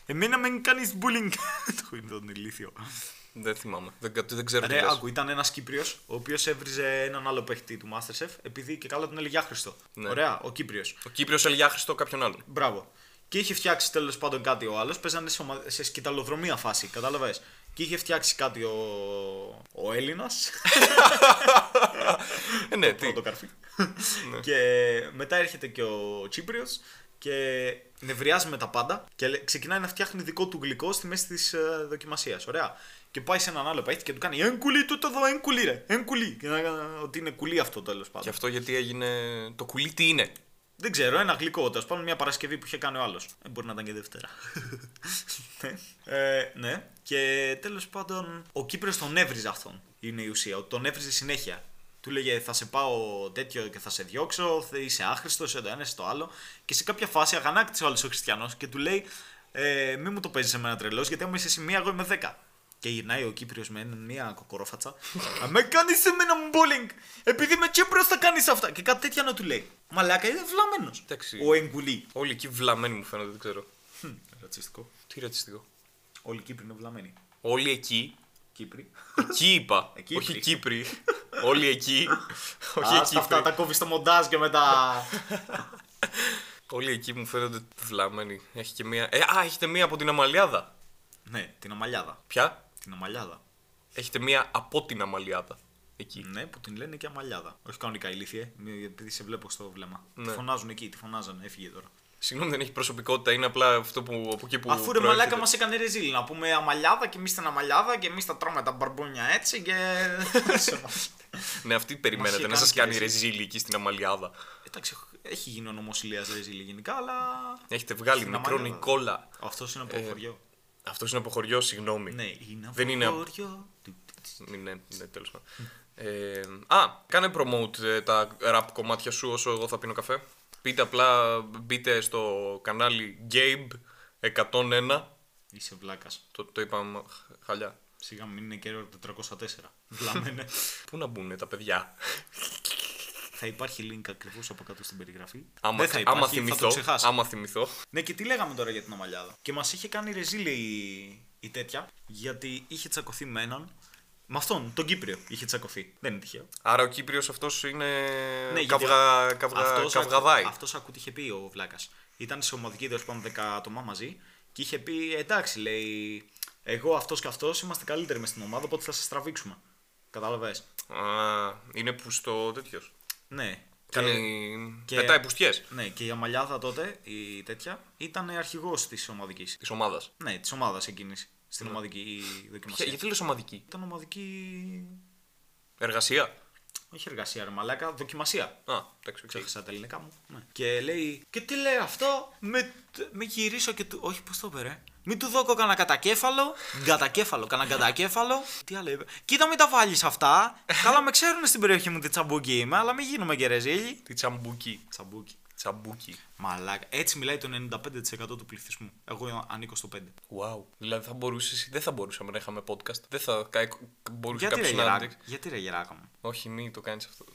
Speaker 2: Ε, Εμένα με κάνεις bullying. το είναι τον ηλίθιο.
Speaker 1: Δεν θυμάμαι. Δεν, κα- δεν ξέρω τι
Speaker 2: Ρε,
Speaker 1: λες.
Speaker 2: άκου, ήταν ένας Κύπριος ο οποίος έβριζε έναν άλλο παίχτη του Masterchef επειδή και καλά τον έλεγε Άχρηστο.
Speaker 1: Ναι.
Speaker 2: Ωραία, ο Κύπριος.
Speaker 1: Ο Κύπριος Ελιάχρηστο κάποιον άλλον.
Speaker 2: Μπράβο. Και είχε φτιάξει τέλος πάντων κάτι ο άλλος. Παίζανε σε, ομα... σε σκηταλοδρομία φάση, κατάλαβες. Και είχε φτιάξει κάτι ο, ο Έλληνας.
Speaker 1: Ε, ναι, τι. Ναι.
Speaker 2: πρώτο καρφί. και μετά έρχεται και ο Τσίπριος και νευριάζει με τα πάντα και λέ- ξεκινάει να φτιάχνει δικό του γλυκό στη μέση της δοκιμασίας. Ωραία. Και πάει σε έναν άλλο παίχτη και του κάνει Εγκουλή, τούτο εδώ, εγκουλή, ρε. Εγκουλή. Και να- Ότι είναι κουλή αυτό τέλος πάντων.
Speaker 1: Και αυτό γιατί έγινε. Το κουλί τι είναι.
Speaker 2: Δεν ξέρω, ένα γλυκό τέλος πάντων, μια Παρασκευή που είχε κάνει ο άλλος. Ε, μπορεί να ήταν και Δευτέρα. ναι. Ε, ναι. Και τέλος πάντων, ο Κύπριος τον έβριζε αυτόν. Είναι η ουσία. ότι Τον έβριζε συνέχεια. Του λέγε Θα σε πάω τέτοιο και θα σε διώξω. θε- Είσαι άχρηστος, είσαι το ένα, είσαι το άλλο. Και σε κάποια φάση αγανάκτησε ο άλλος ο Χριστιανός και του λέει ε, Μη μου το παίζεις εμένα τρελός, γιατί άμα είσαι εσύ μία, εγώ είμαι δέκα. Και γυρνάει ο Κύπριος με έναν- μια κοκορόφατσα. «Α, με κάνεις εμένα bullying! Επειδή με Κύπρος θα κάνεις αυτά! Και κάτι τέτοια να του λέει. Μαλάκα είναι βλαμμένος.
Speaker 1: Εντάξει.
Speaker 2: Ο Εγκουλή.
Speaker 1: Όλοι εκεί βλαμμένοι μου φαίνονται, δεν ξέρω.
Speaker 2: Ρατσιστικό.
Speaker 1: Τι ρατσιστικό.
Speaker 2: Όλοι οι Κύπροι είναι βλαμμένοι.
Speaker 1: Όλοι εκεί.
Speaker 2: Κύπροι.
Speaker 1: Εκεί είπα.
Speaker 2: Εκεί
Speaker 1: Όχι
Speaker 2: Κύπροι.
Speaker 1: Κύπροι. Όλοι εκεί. Όχι
Speaker 2: Α,
Speaker 1: εκεί.
Speaker 2: στα αυτά τα κόβεις στο μοντάζ και μετά.
Speaker 1: Όλοι εκεί μου φαίνονται βλαμμένοι. Έχει και μία. Ε, α, έχετε μία από την Αμαλιάδα.
Speaker 2: ναι, την αμαλιάδα.
Speaker 1: Ποια?
Speaker 2: Την αμαλιάδα.
Speaker 1: Έχετε μία από την Αμαλιάδα. Εκεί.
Speaker 2: Ναι, που την λένε και αμαλιάδα. Όχι κανονικά ηλίθιε, μη- επειδή σε βλέπω στο βλέμμα.
Speaker 1: Ναι.
Speaker 2: Τη φωνάζουν εκεί, τη φωνάζανε, έφυγε τώρα.
Speaker 1: Συγγνώμη, δεν έχει προσωπικότητα, είναι απλά αυτό που από εκεί που.
Speaker 2: Αφού ρε
Speaker 1: προέρχεται.
Speaker 2: μαλάκα μας έκανε ρεζίλ, να πούμε αμαλιάδα και εμείς την αμαλιάδα και εμείς τα τρώμε τα μπαρμπούνια έτσι και.
Speaker 1: Ναι, αυτή
Speaker 2: Μας
Speaker 1: περιμένετε
Speaker 2: είχε
Speaker 1: να
Speaker 2: κάνει
Speaker 1: σα
Speaker 2: και
Speaker 1: κάνει
Speaker 2: ρεζίλι.
Speaker 1: ρεζίλι εκεί στην Αμαλιάδα.
Speaker 2: Εντάξει, έχει γίνει ονομοσυλία ρεζίλ γενικά, αλλά.
Speaker 1: Έχετε βγάλει
Speaker 2: Στην
Speaker 1: μικρό
Speaker 2: Αμαλιάδα.
Speaker 1: Νικόλα.
Speaker 2: Αυτός είναι από το χωριό.
Speaker 1: Αυτός είναι από χωριό, συγγνώμη.
Speaker 2: Ναι, είναι από
Speaker 1: Ε, δεν είναι
Speaker 2: το
Speaker 1: από-
Speaker 2: χωριό.
Speaker 1: Ναι, ναι, ναι τέλος πάντων. Ε, α, κάνε promote ε, τα rap κομμάτια σου όσο εγώ θα πίνω καφέ. Πείτε απλά, μπείτε στο κανάλι Gabe 101.
Speaker 2: Είσαι βλάκας.
Speaker 1: Το, το είπαμε χ- χαλιά.
Speaker 2: Σιγά μην είναι και 404. Βλαμμένε.
Speaker 1: Πού να μπουν τα παιδιά.
Speaker 2: θα υπάρχει link ακριβώς από κάτω στην περιγραφή.
Speaker 1: Άμα,
Speaker 2: δεν θα
Speaker 1: άμα
Speaker 2: υπάρχει, θα το
Speaker 1: θυμηθώ,
Speaker 2: ξεχάσει.
Speaker 1: άμα θυμηθώ.
Speaker 2: Ναι, και τι λέγαμε τώρα για την Αμαλιάδα. Και μας είχε κάνει ρεζίλη η... η τέτοια, γιατί είχε τσακωθεί με έναν. Με αυτόν, τον Κύπριο, είχε τσακωθεί. Δεν είναι τυχαίο.
Speaker 1: Άρα ο Κύπριος αυτός είναι
Speaker 2: Ναι, γιατί
Speaker 1: καυγα,
Speaker 2: α-
Speaker 1: καυγα,
Speaker 2: αυτός
Speaker 1: καυγαδάει.
Speaker 2: ακού- Αυτός ακού τι είχε πει ο Βλάκας. Ήταν σε ομαδική τέλο πάντων 10 άτομα μαζί και είχε πει εντάξει λέει εγώ αυτός και αυτός είμαστε καλύτεροι μες στην ομάδα οπότε θα σας τραβήξουμε. Κατάλαβες.
Speaker 1: Α, είναι που στο τέτοιος.
Speaker 2: Ναι.
Speaker 1: Κάνει...
Speaker 2: και-
Speaker 1: Πετάει πουστιές
Speaker 2: Ναι και η Αμαλιάδα τότε η τέτοια ήταν αρχηγός της ομαδικής.
Speaker 1: της ομάδας.
Speaker 2: Ναι της ομάδας εκείνης στην ομαδική δοκιμασία.
Speaker 1: Ναι. Ποια- Γιατί λες ομαδική.
Speaker 2: Ήταν ομαδική...
Speaker 1: Εργασία.
Speaker 2: Όχι εργασία, ρε μαλάκα, δοκιμασία.
Speaker 1: Α, εντάξει, οκ.
Speaker 2: Ξέχασα τα ελληνικά μου.
Speaker 1: Ναι.
Speaker 2: Και λέει, και τι λέει αυτό, με, με γυρίσω και του. Όχι, πώς το πέρε. Μην του δώκω κανένα κατακέφαλο. Κατακέφαλο, κανένα κατακέφαλο. τι άλλο είπε. Κοίτα, μην τα βάλεις αυτά. Καλά, με ξέρουν στην περιοχή μου τι τσαμπούκι είμαι, αλλά μην γίνουμε και ρεζίλι.
Speaker 1: Τι τσαμπούκι.
Speaker 2: Τσαμπούκι.
Speaker 1: Τσαμπούκι.
Speaker 2: Μαλάκα. Έτσι μιλάει το 95% του πληθυσμού. Εγώ ανήκω στο 5.
Speaker 1: Wow. Δηλαδή θα μπορούσες, δεν θα μπορούσαμε να είχαμε podcast. Δεν θα κα- μπορούσε
Speaker 2: Γιατί ρε
Speaker 1: κάποιος να
Speaker 2: γεράκα.
Speaker 1: αντέξει.
Speaker 2: Γιατί ρε γεράκα μου.
Speaker 1: Όχι, μη το κάνεις αυτό.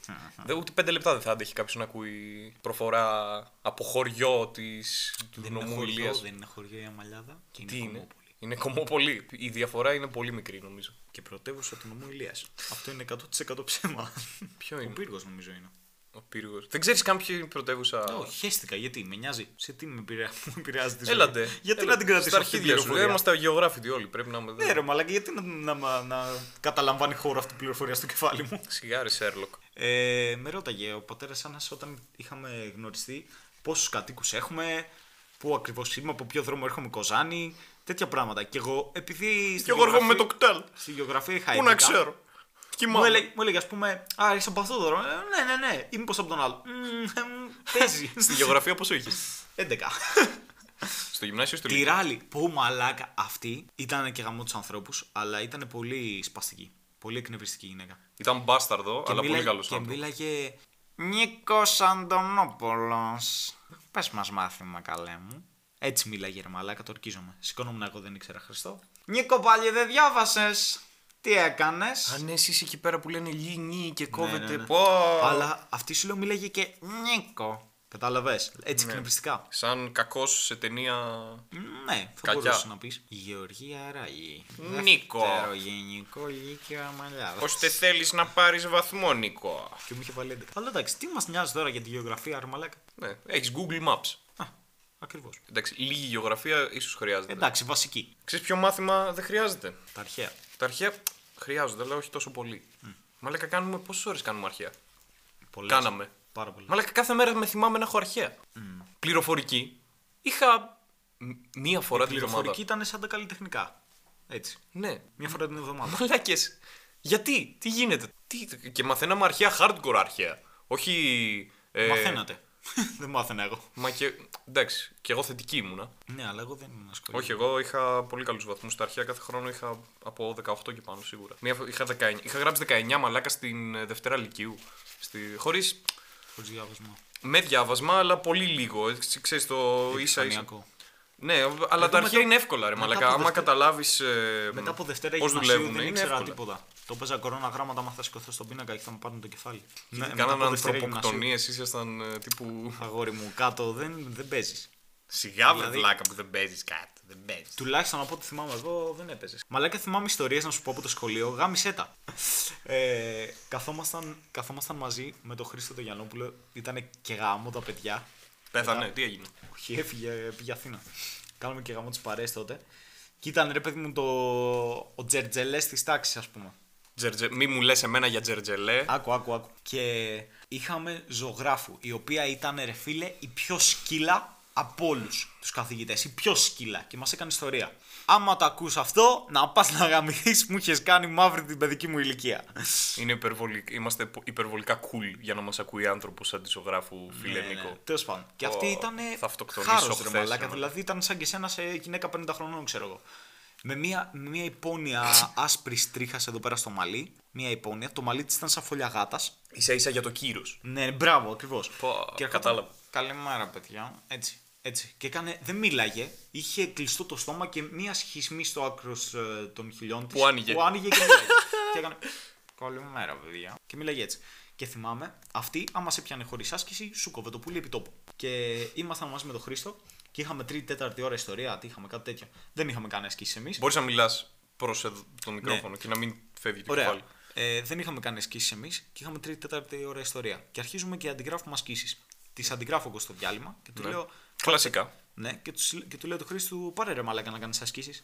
Speaker 1: Δε, ούτε πέντε λεπτά δεν θα αντέχει κάποιος να ακούει προφορά από χωριό της, του
Speaker 2: Δεν είναι
Speaker 1: νομού
Speaker 2: χωριό,
Speaker 1: Ηλίας.
Speaker 2: δεν είναι χωριό η Αμαλιάδα. Και
Speaker 1: Τι είναι.
Speaker 2: Κομμόπολη.
Speaker 1: Είναι κομμόπολη. Η διαφορά είναι πολύ μικρή νομίζω.
Speaker 2: Και πρωτεύουσα του νομού Ηλίας. Αυτό είναι 100% ψέμα.
Speaker 1: Ποιο
Speaker 2: Ο
Speaker 1: είναι
Speaker 2: πύργος νομίζω είναι.
Speaker 1: ο πύργος. Δεν ξέρεις κάποια πρωτεύουσα.
Speaker 2: Όχι, χαίστηκα γιατί με νοιάζει. Σε τι με επηρεά- μου επηρεάζει τη ζωή.
Speaker 1: Έλατε.
Speaker 2: Γιατί
Speaker 1: έλατε.
Speaker 2: να την κρατήσω
Speaker 1: Στα
Speaker 2: αυτή την
Speaker 1: αρχίδια σου.
Speaker 2: πληροφορία.
Speaker 1: Δεν είμαστε αγιογράφητοι όλοι. Πρέπει να είμαι
Speaker 2: Ναι, ρε
Speaker 1: εδώ.
Speaker 2: μαλάκα, γιατί να, να, να, να καταλαμβάνει χώρο αυτή η πληροφορία στο κεφάλι μου.
Speaker 1: Σιγάρι, Σέρλοκ.
Speaker 2: Ε, με ρώταγε ο πατέρας Άννα όταν είχαμε γνωριστεί πόσους κατοίκους έχουμε, πού ακριβώς είμαι, από ποιο δρόμο έρχομαι Κοζάνη, τέτοια πράγματα. Και εγώ, επειδή. στη
Speaker 1: Και εγώ έρχομαι με
Speaker 2: γεωγραφία-
Speaker 1: το κτέλ.
Speaker 2: Στη γεωγραφία είχα
Speaker 1: Πού να
Speaker 2: έντεκα.
Speaker 1: ξέρω.
Speaker 2: Μου
Speaker 1: Κοιμάμαι.
Speaker 2: έλεγε, μου έλεγε, ας πούμε, Α, είσαι από αυτό το δρόμο. Ε, ναι, ναι, ναι. Ή μήπω από τον άλλο. Μμμ, εμ, Παίζει.
Speaker 1: Στη γεωγραφία πόσο είχες.
Speaker 2: 11.
Speaker 1: Στο γυμνάσιο στο
Speaker 2: Τη ράλι. Πω μαλάκα αυτή ήταν και γαμό τους ανθρώπους, αλλά ήταν πολύ σπαστική. Πολύ εκνευριστική γυναίκα.
Speaker 1: Ήταν μπάσταρδο, αλλά πολύ καλός
Speaker 2: και
Speaker 1: άνθρωπος.
Speaker 2: μίλαγε.
Speaker 4: Νίκος Αντωνόπολος. Πες μας μάθημα καλέ μου.
Speaker 2: Έτσι μίλαγε ρε μαλάκα, το ορκίζομαι. Σηκώνομαι εγώ δεν ήξερα Χριστό.
Speaker 4: Νίκο πάλι δεν διάβασες. Τι έκανες.
Speaker 1: Αν εσύ είσαι εκεί πέρα που λένε λινί και
Speaker 2: ναι, ναι.
Speaker 1: κόβεται.
Speaker 2: Αλλά αυτή σου λέω μίλαγε και.
Speaker 4: Νίκο.
Speaker 2: Κατάλαβες. Έτσι
Speaker 1: Ναι.
Speaker 2: εκνευριστικά.
Speaker 1: Σαν κακός σε ταινία.
Speaker 2: Ναι, θα
Speaker 1: Κακιά.
Speaker 2: μπορούσε να πεις. Γεωργία Ράγη.
Speaker 1: Νίκο.
Speaker 4: Τερογενικό λύκειο αμαλιάδας.
Speaker 1: Ώστε θέλεις να πάρεις βαθμό, Νίκο.
Speaker 2: Και μου είχε βάλει 11. Αλλά εντάξει, τι μας νοιάζει τώρα για τη γεωγραφία, ρε μαλάκα.
Speaker 1: Ναι, έχεις Google Maps.
Speaker 2: Α, ακριβώς.
Speaker 1: Εντάξει, λίγη γεωγραφία ίσως χρειάζεται.
Speaker 2: Εντάξει, βασική.
Speaker 1: Ξέρεις ποιο μάθημα δεν χρειάζεται.
Speaker 2: Τα αρχαία.
Speaker 1: Τα αρχαία χρειάζονται, αλλά όχι τόσο πολύ. Μαλάκα, κάνουμε πόσες ώρες κάνουμε αρχαία.
Speaker 2: Πολλές.
Speaker 1: Κάναμε.
Speaker 2: Πάρα πολύ.
Speaker 1: Μαλάκα, κάθε μέρα με θυμάμαι να έχω αρχαία. Πληροφορική. Είχα μ- μία φορά την εβδομάδα.
Speaker 2: πληροφορική ήταν σαν τα καλλιτεχνικά. Έτσι.
Speaker 1: Ναι.
Speaker 2: Μια φορά την εβδομάδα.
Speaker 1: Μαλάκες. Γιατί, τι γίνεται. Τι... Και μαθαίναμε αρχαία, hardcore αρχαία. Όχι. ε,
Speaker 2: Μαθαίνατε. δεν μάθαινα εγώ.
Speaker 1: Μα και. Εντάξει, και εγώ θετική ήμουνα.
Speaker 2: Ναι, αλλά εγώ δεν ήμουν σχολείο.
Speaker 1: Όχι, εγώ είχα πολύ καλούς βαθμούς. Στα αρχαία κάθε χρόνο είχα από 18 και πάνω σίγουρα. Μία, φο- είχα, 19, είχα γράψει 19 μαλάκα στην ε, Δευτέρα Λυκειού. Στη, χωρίς,
Speaker 2: Χωρίς διάβασμα.
Speaker 1: με διάβασμα, αλλά πολύ λίγο. έτσι, Ξέρεις το ίσα ίσα.
Speaker 2: Επιφανειακό.
Speaker 1: Ναι, αλλά
Speaker 2: Εγώ
Speaker 1: τα αρχαία
Speaker 2: μετά-
Speaker 1: είναι εύκολα, ρε
Speaker 2: μετά
Speaker 1: Μαλακά.
Speaker 2: από
Speaker 1: Άμα
Speaker 2: Δευτέρα-
Speaker 1: καταλάβει.
Speaker 2: Μετά από Δευτέρα
Speaker 1: πώς
Speaker 2: γυμνασίου
Speaker 1: δουλεύουν,
Speaker 2: δεν
Speaker 1: είναι
Speaker 2: ήξερα
Speaker 1: εύκολα.
Speaker 2: τίποτα. Το παίζα κορώνα γράμματα, άμα θα σηκωθώ στον πίνακα και θα μου πάρουν το κεφάλι. Ναι, μετά
Speaker 1: Κάναν
Speaker 2: από Δευτέρα γυμνασίου.
Speaker 1: ανθρωποκτονίε, Ε, ήσασταν ε, τύπου.
Speaker 2: Αγόρι μου, κάτω δεν, δεν παίζεις.
Speaker 1: Σιγά
Speaker 2: Δηλαδή-
Speaker 1: βλάκα που δεν παίζεις κάτι. Δεν παίζεις.
Speaker 2: Τουλάχιστον από ό,τι θυμάμαι εγώ δεν έπαιζες. Μαλάκα θυμάμαι ιστορίες να σου πω από το σχολείο. Γάμισε τα. ε, καθόμασταν, καθόμασταν μαζί με τον Χρήστο τον Γιαννόπουλο. Ήταν και γάμο τα παιδιά.
Speaker 1: Πέθανε, ναι, τι έγινε.
Speaker 2: Όχι, έφυγε, πήγε Αθήνα. Κάναμε και γαμό τις παρέες τότε. Και ήταν ρε παιδί μου το... ο Τζερτζελές της τάξης, ας πούμε.
Speaker 1: Τζερτζε- Μη μου λες εμένα για τζερτζελέ.
Speaker 2: Άκου, άκου, άκου. Και είχαμε ζωγράφου, η οποία ήταν ρε φίλε η πιο σκύλα από όλους τους καθηγητές. Η πιο σκύλα και μας έκανε ιστορία. Άμα το ακούς αυτό, να πας να γαμηθείς, μου είχες κάνει μαύρη την παιδική μου ηλικία.
Speaker 1: Είναι υπερβολικ- Είμαστε πο- υπερβολικά cool για να μας ακούει άνθρωπος σαν τη
Speaker 2: Ναι,
Speaker 1: ζωγράφου φίλε Νίκο.
Speaker 2: Τέλος πάντων. Και αυτή
Speaker 1: Ω,
Speaker 2: ήταν.
Speaker 1: θα αυτοκτονήσω
Speaker 2: χάρος, ρε
Speaker 1: χθες, ε.
Speaker 2: μαλάκα.
Speaker 1: εμένα.
Speaker 2: Δηλαδή ήταν σαν και σένα σε γυναίκα 50 χρονών, ξέρω εγώ. Με μια, με μια υπόνοια άσπρη τρίχα εδώ πέρα στο μαλλί. Μια υπόνοια. Το μαλλί της ήταν σαν φωλιά γάτας.
Speaker 1: σα ίσα για το κύρος.
Speaker 2: Ναι, μπράβο, ακριβώς.
Speaker 1: Πω, κατάλαβα.
Speaker 4: Καλημέρα παιδιά.
Speaker 2: Έτσι. Έτσι. Και έκανε, δεν μίλαγε, είχε κλειστό το στόμα και μία σχισμή στο άκρο ε, των χιλιών της.
Speaker 1: Που άνοιγε.
Speaker 2: Που άνοιγε και μίλαγε. και έκανε.
Speaker 4: Καλημέρα παιδιά.
Speaker 2: Και μίλαγε έτσι. Και θυμάμαι, αυτή, άμα σε πιάνε χωρίς άσκηση, σου κόβε το πουλί επί τόπου. Και ήμασταν μαζί με τον Χρήστο και είχαμε τρίτη, τέταρτη ώρα ιστορία, τι είχαμε, κάτι τέτοιο. Δεν είχαμε κάνει ασκήσει εμείς.
Speaker 1: Μπορείς να μιλάς προς το μικρόφωνο και να μην φεύγει το
Speaker 2: Ναι. Ωραία.
Speaker 1: κεφάλι.
Speaker 2: Ε, δεν είχαμε κάνει ασκήσει εμείς και είχαμε τρίτη, τέταρτη ώρα ιστορία. Και αρχίζουμε και αντιγράφουμε ασκήσει. Τις αντιγράφω εγώ στο διάλειμμα και του
Speaker 1: Ναι.
Speaker 2: λέω.
Speaker 1: Κλασικά.
Speaker 2: Ναι, και τους, και του λέω του Χρήστου, πάρε ρε μαλάκα να κάνεις ασκήσει.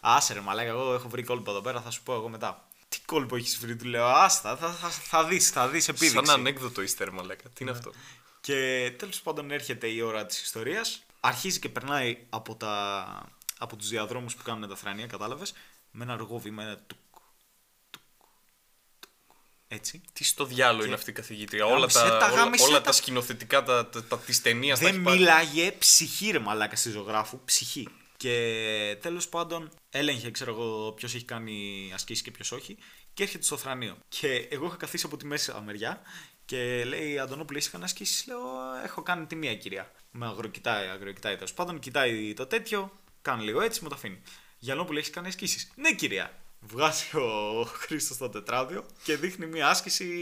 Speaker 2: Άσε ρε μαλάκα, εγώ έχω βρει κόλπο εδώ πέρα, θα σου πω εγώ μετά. Τι κόλπο έχεις βρει, του λέω, άστα, θα, θα, θα δεις, θα δεις επίδειξη. Ναι.
Speaker 1: Σαν ανέκδοτο ύστερα, μαλάκα. Τι είναι αυτό.
Speaker 2: Και τέλος πάντων έρχεται η ώρα της ιστορίας. Αρχίζει και περνάει από, τα... από τους διαδρόμους που κάνουν τα θρανία, κατάλαβες. Με ένα αργό βήμα, ένα τουκ, τουκ, τουκ. Έτσι.
Speaker 1: Τι στο διάλογο είναι αυτή η καθηγήτρια. Όλα
Speaker 2: Γάμισε
Speaker 1: τα,
Speaker 2: τα,
Speaker 1: όλα,
Speaker 2: γάμισε
Speaker 1: όλα
Speaker 2: τα.
Speaker 1: τα σκηνοθετικά τα, τα, τα, τη ταινία τα
Speaker 2: Δεν
Speaker 1: έχει πάρει.
Speaker 2: μίλαγε ψυχή ρε μαλάκα στη ζωγράφου, ψυχή. Και τέλος πάντων έλεγχε, ξέρω εγώ, ποιος έχει κάνει ασκήσεις και ποιος όχι και έρχεται στο θρανείο. Και εγώ είχα καθίσει από τη μέσα μεριά και λέει Αντωνόπουλη, είσαι κάνει ασκήσεις, λέω έχω κάνει τη μία κυρία. Με αγροκοιτάει, αγροκοιτάει τέλος πάντων, κοιτάει το τέτοιο, κάνει λίγο έτσι, μου το αφήνει. Γιαννόπουλη, έχεις κάνει ασκήσεις. Ναι κυρία. Βγάζει ο Χρήστος το τετράδιο και δείχνει μια άσκηση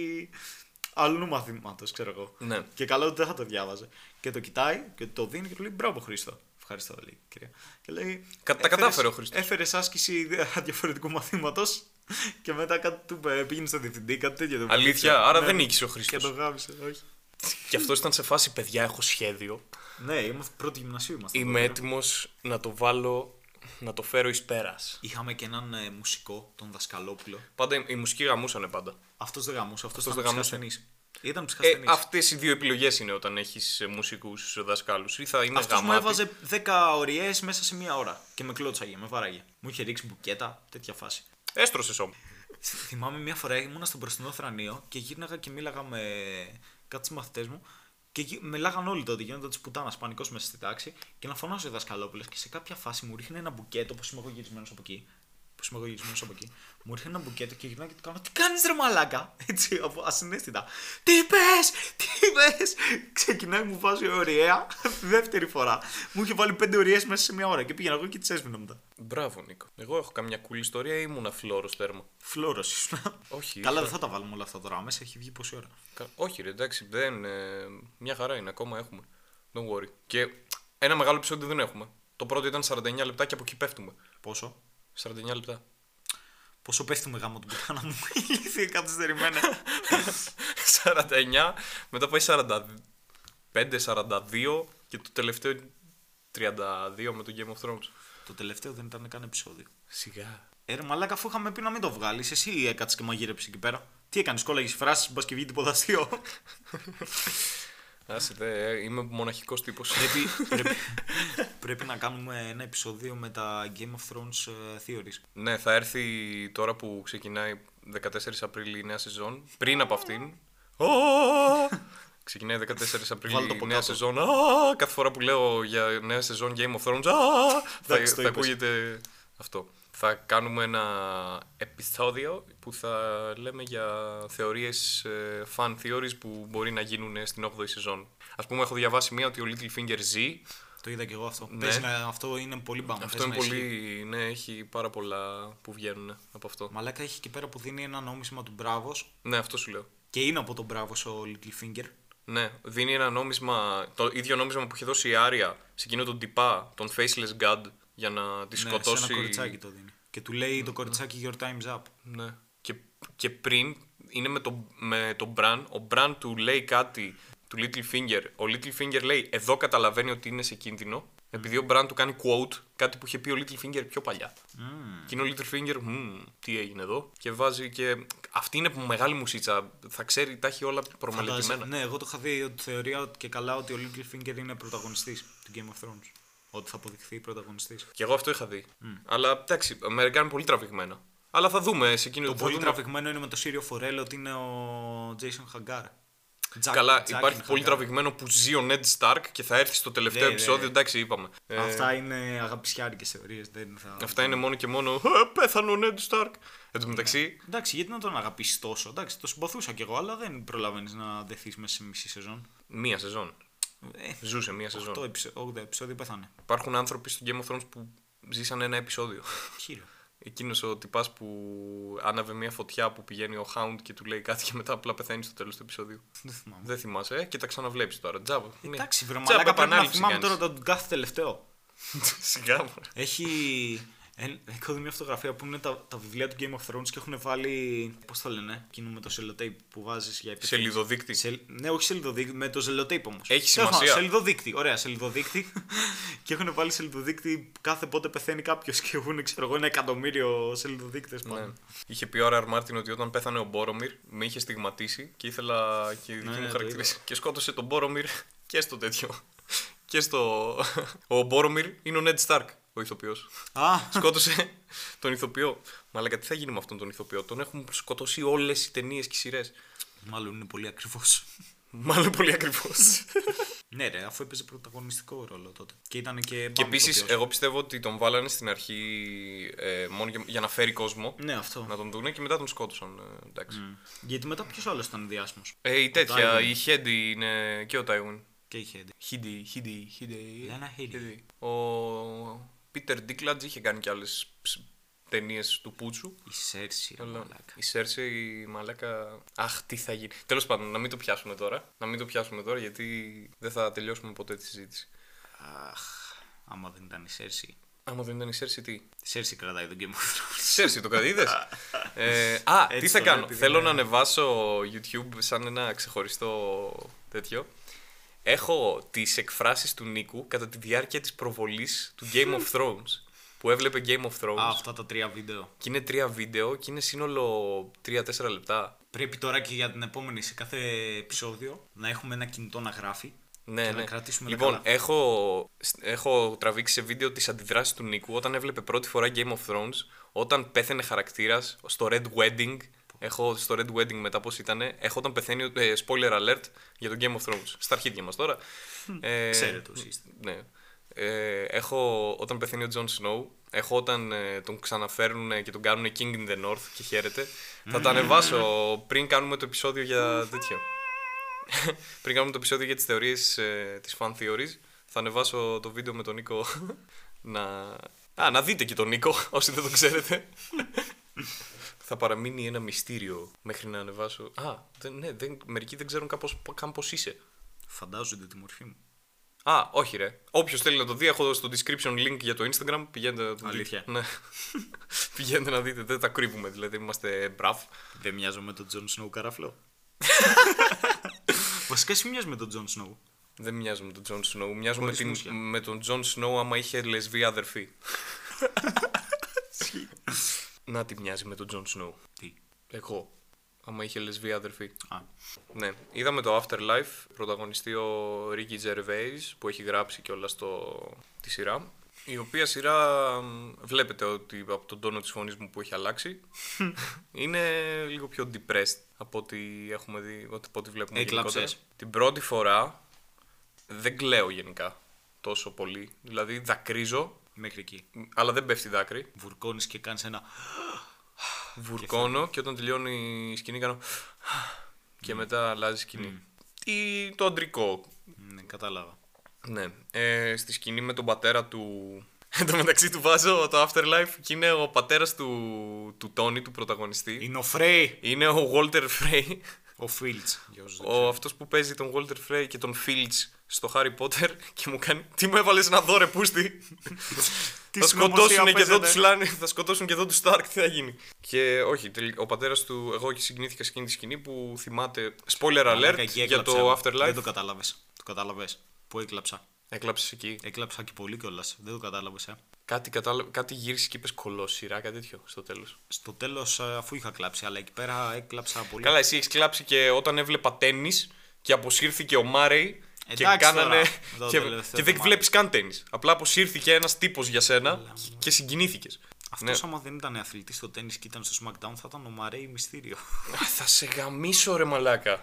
Speaker 2: αλλού μαθήματος, ξέρω εγώ.
Speaker 1: Ναι.
Speaker 2: Και καλό ότι δεν θα το διάβαζε. Και το κοιτάει και το δίνει και του λέει Μπράβο, Χρήστο. Ευχαριστώ, λέει η κυρία. Και λέει.
Speaker 1: Κα- τα κατάφερε ο Χρήστος».
Speaker 2: Έφερες άσκηση διαφορετικού μαθήματος και μετά κάτι του είπε, πήγαινε στο διευθυντή, κάτι τέτοιο. το
Speaker 1: Αλήθεια,
Speaker 2: βοήθησε.
Speaker 1: άρα
Speaker 2: Ναι.
Speaker 1: δεν νίκησε ο
Speaker 2: Και το
Speaker 1: Χρήστο.
Speaker 2: γάμισε, όχι.
Speaker 1: Και αυτός ήταν σε φάση, παιδιά, έχω σχέδιο.
Speaker 2: Ναι, είμαστε πρώτη γυμνασίου. Είμαστε
Speaker 1: Είμαι έτοιμος να το βάλω, να το φέρω εις πέρας.
Speaker 2: Είχαμε και έναν ε, μουσικό, τον Δασκαλόπουλο.
Speaker 1: Πάντα η η μουσική γαμούσανε πάντα.
Speaker 2: Αυτός δεν γαμούσε, αυτός
Speaker 1: Αυτός δεν
Speaker 2: ήταν
Speaker 1: γαμούσε.
Speaker 2: ψυχασθενή. Ήταν
Speaker 1: Ε,
Speaker 2: ψυχασθενή.
Speaker 1: Αυτές οι δύο επιλογές είναι όταν ε, έχει μουσικού δασκάλους. Ή θα είναι
Speaker 2: Αυτός μου
Speaker 1: γαμάτι.
Speaker 2: έβαζε 10 ωριές μέσα σε μία ώρα και με κλώτσαγε, με βάραγε. Μου είχε ρίξει μπουκέτα, τέτοια φάση.
Speaker 1: Έστρωσες όμως.
Speaker 2: Θυμάμαι μία φορά ήμουνα στον προστινό θρανείο και γύρναγα και μίλαγα με κάτι μαθητές μου και γυ- μιλάγαν όλοι τότε. Γίνονταν της πουτάνας πανικός μέσα στη τάξη και να φωνάζω ο δασκαλόπουλο και σε κάποια φάση μου ρίχνει ένα μπουκέτο που είμαι εγώ γυρισμένος από εκεί. Που είμαι εγώ γυρισμένος από εκεί. Μου ρίχνει ένα μπουκέτο και γυρνάω και του κάνω Τι κάνεις ρε μαλάκα! Έτσι, από- ασυναίσθητα. Τι είπε! Τι είπε! Ξεκινάει, μου βάζει ωραία δεύτερη φορά. Μου είχε βάλει πέντε ωριέ μέσα σε μία ώρα και πήγαινα εγώ και τις έσβηνα μετά.
Speaker 1: Μπράβο, Νίκο. Εγώ έχω καμιά cool ιστορία ή ήμουνα φλόρο τέρμα.
Speaker 2: Φλόρο ήσουν.
Speaker 1: Όχι.
Speaker 2: Καλά,
Speaker 1: είχα-
Speaker 2: δεν θα τα βάλουμε όλα αυτά τώρα. Μέσα έχει βγει πόση ώρα.
Speaker 1: Κα- Όχι, ρε, εντάξει, δεν. ε, μια χαρά είναι, ακόμα έχουμε. Don't worry. Και ένα μεγάλο επεισόδιο δεν έχουμε. Το πρώτο ήταν 49 λεπτά και από εκεί πέφτουμε.
Speaker 2: Πόσο.
Speaker 1: 49 λεπτά.
Speaker 2: Πόσο πέφτουμε γάμο την πουτάνα μου. Ηλίθεια καθυστερημένα.
Speaker 1: 49, μετά πάει 45, 42 και το τελευταίο 32 με το Game of Thrones.
Speaker 2: το τελευταίο δεν ήταν καν επεισόδιο.
Speaker 1: Σιγά.
Speaker 2: Ε, ρε μαλάκα, αφού είχαμε πει να μην το βγάλεις, εσύ έκατσε και μαγείρεψες εκεί πέρα. Τι έκανες, κόλλαγες φράσεις, μπας και βγει τίποτα αστείο.
Speaker 1: Άσε, δε, ε, είμαι μοναχικός τύπος.
Speaker 2: πρέπει, πρέπει, πρέπει να κάνουμε ένα επεισόδιο με τα Game of Thrones ε, Theories.
Speaker 1: ναι, θα έρθει τώρα που ξεκινάει 14 Απρίλη η νέα σεζόν. Πριν από αυτήν. Α! Ξεκινάει 14
Speaker 2: Βάλ' το
Speaker 1: Απρίλη
Speaker 2: από
Speaker 1: η νέα
Speaker 2: κάτω.
Speaker 1: σεζόν. Α! Κάθε φορά που λέω για νέα σεζόν Game of Thrones. Α! θα,
Speaker 2: Εντάξει, το
Speaker 1: θα
Speaker 2: είπες.
Speaker 1: ακούγεται αυτό. Θα κάνουμε ένα επεισόδιο που θα λέμε για θεωρίες, ε, fan theories που μπορεί να γίνουν στην 8η σεζόν. Ας πούμε, έχω διαβάσει μία ότι ο Littlefinger ζει
Speaker 2: Το είδα και εγώ αυτό.
Speaker 1: Ναι.
Speaker 2: Πες να- αυτό είναι πολύ μπαμ.
Speaker 1: Αυτό
Speaker 2: πες
Speaker 1: είναι
Speaker 2: να ισχύει.
Speaker 1: πολύ. Ναι, έχει πάρα πολλά που βγαίνουν από αυτό.
Speaker 2: Μαλάκα έχει εκεί πέρα που δίνει ένα νόμισμα του Μπράβος
Speaker 1: Ναι, αυτό σου λέω.
Speaker 2: και είναι από τον Μπράβος ο Littlefinger.
Speaker 1: Ναι, δίνει ένα νόμισμα, το ίδιο νόμισμα που είχε δώσει η Άρια σε εκείνο τον τυπά, τον Faceless God, για να τη
Speaker 2: Ναι,
Speaker 1: σκοτώσει.
Speaker 2: σε ένα κοριτσάκι το δίνει. Και του λέει το κοριτσάκι Your time's up.
Speaker 1: Ναι. Και, και πριν είναι με τον με τον Bran. Ο Bran του λέει κάτι του Littlefinger. Ο Littlefinger λέει: Εδώ καταλαβαίνει ότι είναι σε κίνδυνο.
Speaker 2: Mm.
Speaker 1: Επειδή ο Bran του κάνει quote, κάτι που είχε πει ο Littlefinger πιο παλιά.
Speaker 2: Mm.
Speaker 1: Και είναι ο Littlefinger, «Μμμ, τι έγινε εδώ. Και βάζει και. Αυτή είναι μεγάλη μουσίτσα. Θα ξέρει, τα έχει όλα προμελετημένα.
Speaker 2: Ναι, εγώ το είχα δει ότι θεωρία ότι και καλά ότι ο Littlefinger είναι πρωταγωνιστής του Game of Thrones. Ότι θα αποδειχθεί πρωταγωνιστή.
Speaker 1: Και εγώ αυτό είχα δει. Αλλά εντάξει, μερικά είναι πολύ τραβηγμένα. Αλλά θα δούμε σε εκείνο
Speaker 2: Το
Speaker 1: θα
Speaker 2: πολύ
Speaker 1: δούμε-
Speaker 2: τραβηγμένο είναι με το Σύριο Φορέλ ότι είναι ο Jason Χαγκάρ.
Speaker 1: Καλά, υπάρχει πολύ τραβηγμένο που ζει ο Ned Stark και θα έρθει στο τελευταίο
Speaker 2: Δε, δε.
Speaker 1: επεισόδιο. Εντάξει, είπαμε. Ε,
Speaker 2: Αυτά είναι αγαπησιάρικες θεωρίες. Δεν θα...
Speaker 1: Αυτά είναι μόνο και μόνο. «Ε, Πέθανε ο Ned Stark. Εν τω μεταξύ,
Speaker 2: Εντάξει, γιατί να τον αγαπήσεις τόσο. Εντάξει, το συμπαθούσα κι εγώ, αλλά δεν προλαβαίνεις να δεθείς μέσα σε μισή σεζόν.
Speaker 1: μία σεζόν.
Speaker 2: Ε,
Speaker 1: Ζούσε μία σεζόν.
Speaker 2: το επεισόδιο πέθανε.
Speaker 1: Υπάρχουν άνθρωποι στο Game of Thrones που ζήσαν ένα επεισόδιο.
Speaker 2: Χείρο.
Speaker 1: Εκείνος ο τυπάς που άναβε μία φωτιά που πηγαίνει ο Hound και του λέει κάτι και μετά απλά πεθαίνει στο τέλος του επεισόδιου.
Speaker 2: Δεν θυμάμαι.
Speaker 1: Δεν θυμάσαι, ε, και τα ξαναβλέπει τώρα. Τζάμπα. μία.
Speaker 2: Εντάξει, βρε
Speaker 1: Τζάμπα,
Speaker 2: μαλάκα, πρέπει να
Speaker 1: επανάληψη
Speaker 2: θυμάμαι τώρα
Speaker 1: κάνεις.
Speaker 2: τον κάθε τελευταίο.
Speaker 1: Σιγά μου.
Speaker 2: Έχει. εν- Έχω δει μια φωτογραφία που είναι τα, τα βιβλία του Game of Thrones και έχουν βάλει. Πώς το λένε, εκείνο με το σελοτέιπ που βάζεις για επιθέσει.
Speaker 1: Σελιδοδείκτη.
Speaker 2: Ναι, όχι σελιδοδείκτη, με το ζελοτέιπ όμως.
Speaker 1: Έχει σημασία.
Speaker 2: Σελιδοδείκτη, ωραία, σελιδοδείκτη. και έχουν βάλει σελιδοδείκτη κάθε πότε πεθαίνει κάποιος και έχουν, ξέρω εγώ, ένα εκατομμύριο σελιδοδείκτες πάνω.
Speaker 1: Ναι. Είχε πει ο Άραρ Μάρτιν ότι όταν πέθανε ο Μπόρομιρ με είχε στιγματίσει και ήθελα και δική
Speaker 2: Ναι, ναι,
Speaker 1: μου
Speaker 2: το
Speaker 1: χαρακτηρίση. Και σκότωσε τον Μπόρομιρ και στο τέτοιο. και στο. Ο Μπόρομιρ είναι ο Νέντ Σταρκ, ο ηθοποιός.
Speaker 2: Α,
Speaker 1: σκότωσε τον ηθοποιό. Μα αλλά τι θα γίνει με αυτόν τον ηθοποιό. Τον έχουν σκοτώσει όλες οι ταινίες και οι σειρές.
Speaker 2: μάλλον είναι πολύ ακριβώ.
Speaker 1: Μάλλον πολύ ακριβώ.
Speaker 2: ναι, ρε, αφού έπαιζε πρωταγωνιστικό ρόλο τότε. Και ήταν και.
Speaker 1: και
Speaker 2: μπαμ
Speaker 1: επίσης,
Speaker 2: ηθοποιός.
Speaker 1: εγώ πιστεύω ότι τον βάλανε στην αρχή ε, μόνο για, για να φέρει κόσμο.
Speaker 2: Ναι, Mm. αυτό.
Speaker 1: Να τον δούνε και μετά τον σκότωσαν. ε, εντάξει.
Speaker 2: Γιατί μετά ποιος άλλος ήταν διάσημος.
Speaker 1: Ε, η τέτοια,
Speaker 2: Tywin.
Speaker 1: η Χέντι είναι και ο Τάιουιν.
Speaker 2: Και είχε έντι.
Speaker 1: Χίντι, χίντι, χίντι.
Speaker 2: Λένα Χίντι.
Speaker 1: Ο Πίτερ Ντίκλατζ είχε κάνει κι άλλε ταινίες του Πούτσου.
Speaker 4: Η Σέρση, ρε
Speaker 1: Αλλά
Speaker 4: μαλάκα.
Speaker 1: η Σέρση, η μαλάκα. Αχ, τι θα γίνει. Τέλος πάντων, να μην το πιάσουμε τώρα. Να μην το πιάσουμε τώρα, γιατί δεν θα τελειώσουμε ποτέ τη συζήτηση.
Speaker 2: Άμα δεν ήταν η Σέρση.
Speaker 1: Άμα δεν ήταν η Σέρση, τι.
Speaker 2: Η Σέρση κρατάει τον Game of Thrones.
Speaker 1: Σέρση, το κατήδε. ε, α,
Speaker 4: Έτσι
Speaker 1: τι θα
Speaker 4: το
Speaker 1: κάνω.
Speaker 4: λέει, επειδή
Speaker 1: Θέλω
Speaker 4: είναι-
Speaker 1: να ανεβάσω YouTube σαν ένα ξεχωριστό τέτοιο. Έχω τις εκφράσεις του Νίκου κατά τη διάρκεια της προβολής του Game of Thrones. Που έβλεπε Game of Thrones.
Speaker 2: Α, αυτά τα τρία βίντεο.
Speaker 1: Και είναι τρία βίντεο και είναι σύνολο 3-4 λεπτά.
Speaker 2: Πρέπει τώρα και για την επόμενη σε κάθε επεισόδιο να έχουμε ένα κινητό να γράφει.
Speaker 1: Ναι,
Speaker 2: και
Speaker 1: ναι.
Speaker 2: να κρατήσουμε τα
Speaker 1: λοιπόν,
Speaker 2: καλά.
Speaker 1: έχω, έχω τραβήξει σε βίντεο τις αντιδράσεις του Νίκου όταν έβλεπε πρώτη φορά Game of Thrones, όταν πέθανε χαρακτήρας στο Red Wedding. Έχω στο Red Wedding μετά πώς ήτανε. Έχω όταν πεθαίνει. ε, spoiler alert για το Game of Thrones. Στα αρχίδια μας τώρα. Ε,
Speaker 2: Hm, Ξέρετε όσοι είστε.
Speaker 1: ναι. Ε, έχω όταν πεθαίνει ο Τζον Σνόου. Έχω όταν ε, τον ξαναφέρουν και τον κάνουν King in the North και χαίρεται. Θα
Speaker 2: Hm.
Speaker 1: τα ανεβάσω πριν κάνουμε το επεισόδιο για τέτοιο. πριν κάνουμε το επεισόδιο για τις θεωρίες ε, της fan theories. Θα ανεβάσω το βίντεο με τον Νίκο να... Α, να δείτε και τον Νίκο όσοι δεν το ξέρετε. θα παραμείνει ένα μυστήριο μέχρι να ανεβάσω. Α, δεν, ναι, δεν, μερικοί δεν ξέρουν κάπως, καν πώς είσαι.
Speaker 2: Φαντάζονται τη μορφή μου.
Speaker 1: Α, όχι ρε. Όποιος θέλει να το δει, έχω στο description link για το Instagram. Πηγαίνετε να το δείτε.
Speaker 2: Αλήθεια.
Speaker 1: Ναι. Πηγαίνετε να δείτε. Δεν τα κρύβουμε, δηλαδή είμαστε μπραφ.
Speaker 2: Δεν μοιάζω με τον Τζον Σνόου καραφλό. Βασικά εσύ μοιάζεις με τον Τζον Σνόου.
Speaker 1: Δεν μοιάζω με τον Τζον Σνόου. Μοιάζω με,
Speaker 2: Χωρίς
Speaker 1: την,
Speaker 2: μουσια.
Speaker 1: με τον Τζον Σνόου άμα είχε λεσβή αδερφή. να τι μοιάζει με τον Τζον Σνόου.
Speaker 2: Τι.
Speaker 1: Εγώ. Άμα είχε λεσβή αδερφή.
Speaker 2: Α.
Speaker 1: Ναι. Είδαμε το Afterlife. Πρωταγωνιστεί ο Ricky Gervais που έχει γράψει και όλα στο... τη σειρά. Η οποία σειρά μ, βλέπετε ότι από τον τόνο της φωνής μου που έχει αλλάξει είναι λίγο πιο depressed από ό,τι έχουμε δει, από ό,τι βλέπουμε
Speaker 2: Έκλαψες.
Speaker 1: γενικότερα. Την πρώτη φορά δεν κλαίω γενικά τόσο πολύ. Δηλαδή δακρύζω,
Speaker 2: Μέχρι εκεί.
Speaker 1: αλλά δεν πέφτει δάκρυ.
Speaker 2: Βουρκώνεις και κάνεις ένα.
Speaker 1: Βουρκώνω και όταν τελειώνει η σκηνή κάνω και μετά αλλάζει σκηνή. Ή το αντρικό
Speaker 2: Ναι, κατάλαβα.
Speaker 1: Ναι. Ε, στη σκηνή με τον πατέρα του. Εν τω μεταξύ του βάζω το Afterlife και είναι ο πατέρας του, του Τόνι, του πρωταγωνιστή.
Speaker 2: Είναι ο Φρέι.
Speaker 1: Είναι ο Walter Frey,
Speaker 2: Ο Φίλτ.
Speaker 1: ο, αυτός που παίζει τον Walter Frey και τον Fields στο Harry Potter και μου κάνει «Τι μου έβαλες να δω ρε πούστη, θα, σκοτώσουν και εδώ τους Lan- θα σκοτώσουν και εδώ τους Stark, τι θα γίνει». Και όχι, τελ- ο πατέρας του, εγώ και συγκινήθηκα σε εκείνη τη σκηνή που θυμάται, spoiler alert, για το
Speaker 2: Δεν
Speaker 1: Afterlife.
Speaker 2: το κατάλαβες. Το κατάλαβες. Που έκλαψα.
Speaker 1: Έκλαψες εκεί.
Speaker 2: Έκλαψα και πολύ κιόλας. Δεν το κατάλαβες. Ε.
Speaker 1: Κάτι, κατάλα... κάτι γύρισε και είπες κολόσιρα, κάτι τέτοιο στο τέλος.
Speaker 2: Στο τέλος, αφού είχα κλάψει, αλλά εκεί πέρα έκλαψα πολύ.
Speaker 1: Καλά, εσύ έχεις κλάψει και όταν έβλεπα τέννη και αποσύρθηκε ο Μάρεϊ. Και
Speaker 2: Εντάξει τώρα,
Speaker 1: κάνανε.
Speaker 2: εδώ
Speaker 1: και,
Speaker 2: τελευταίο
Speaker 1: και δεν
Speaker 2: το
Speaker 1: βλέπεις καν τέννη. Απλά αποσύρθηκε ένας τύπος για σένα και συγκινήθηκες.
Speaker 2: Αυτός
Speaker 1: ναι.
Speaker 2: άμα δεν ήταν αθλητής στο τέννη και ήταν στο SmackDown, θα ήταν ο Μαρέι Μυστήριο.
Speaker 1: Θα σε γαμίσω, ρε μαλάκα.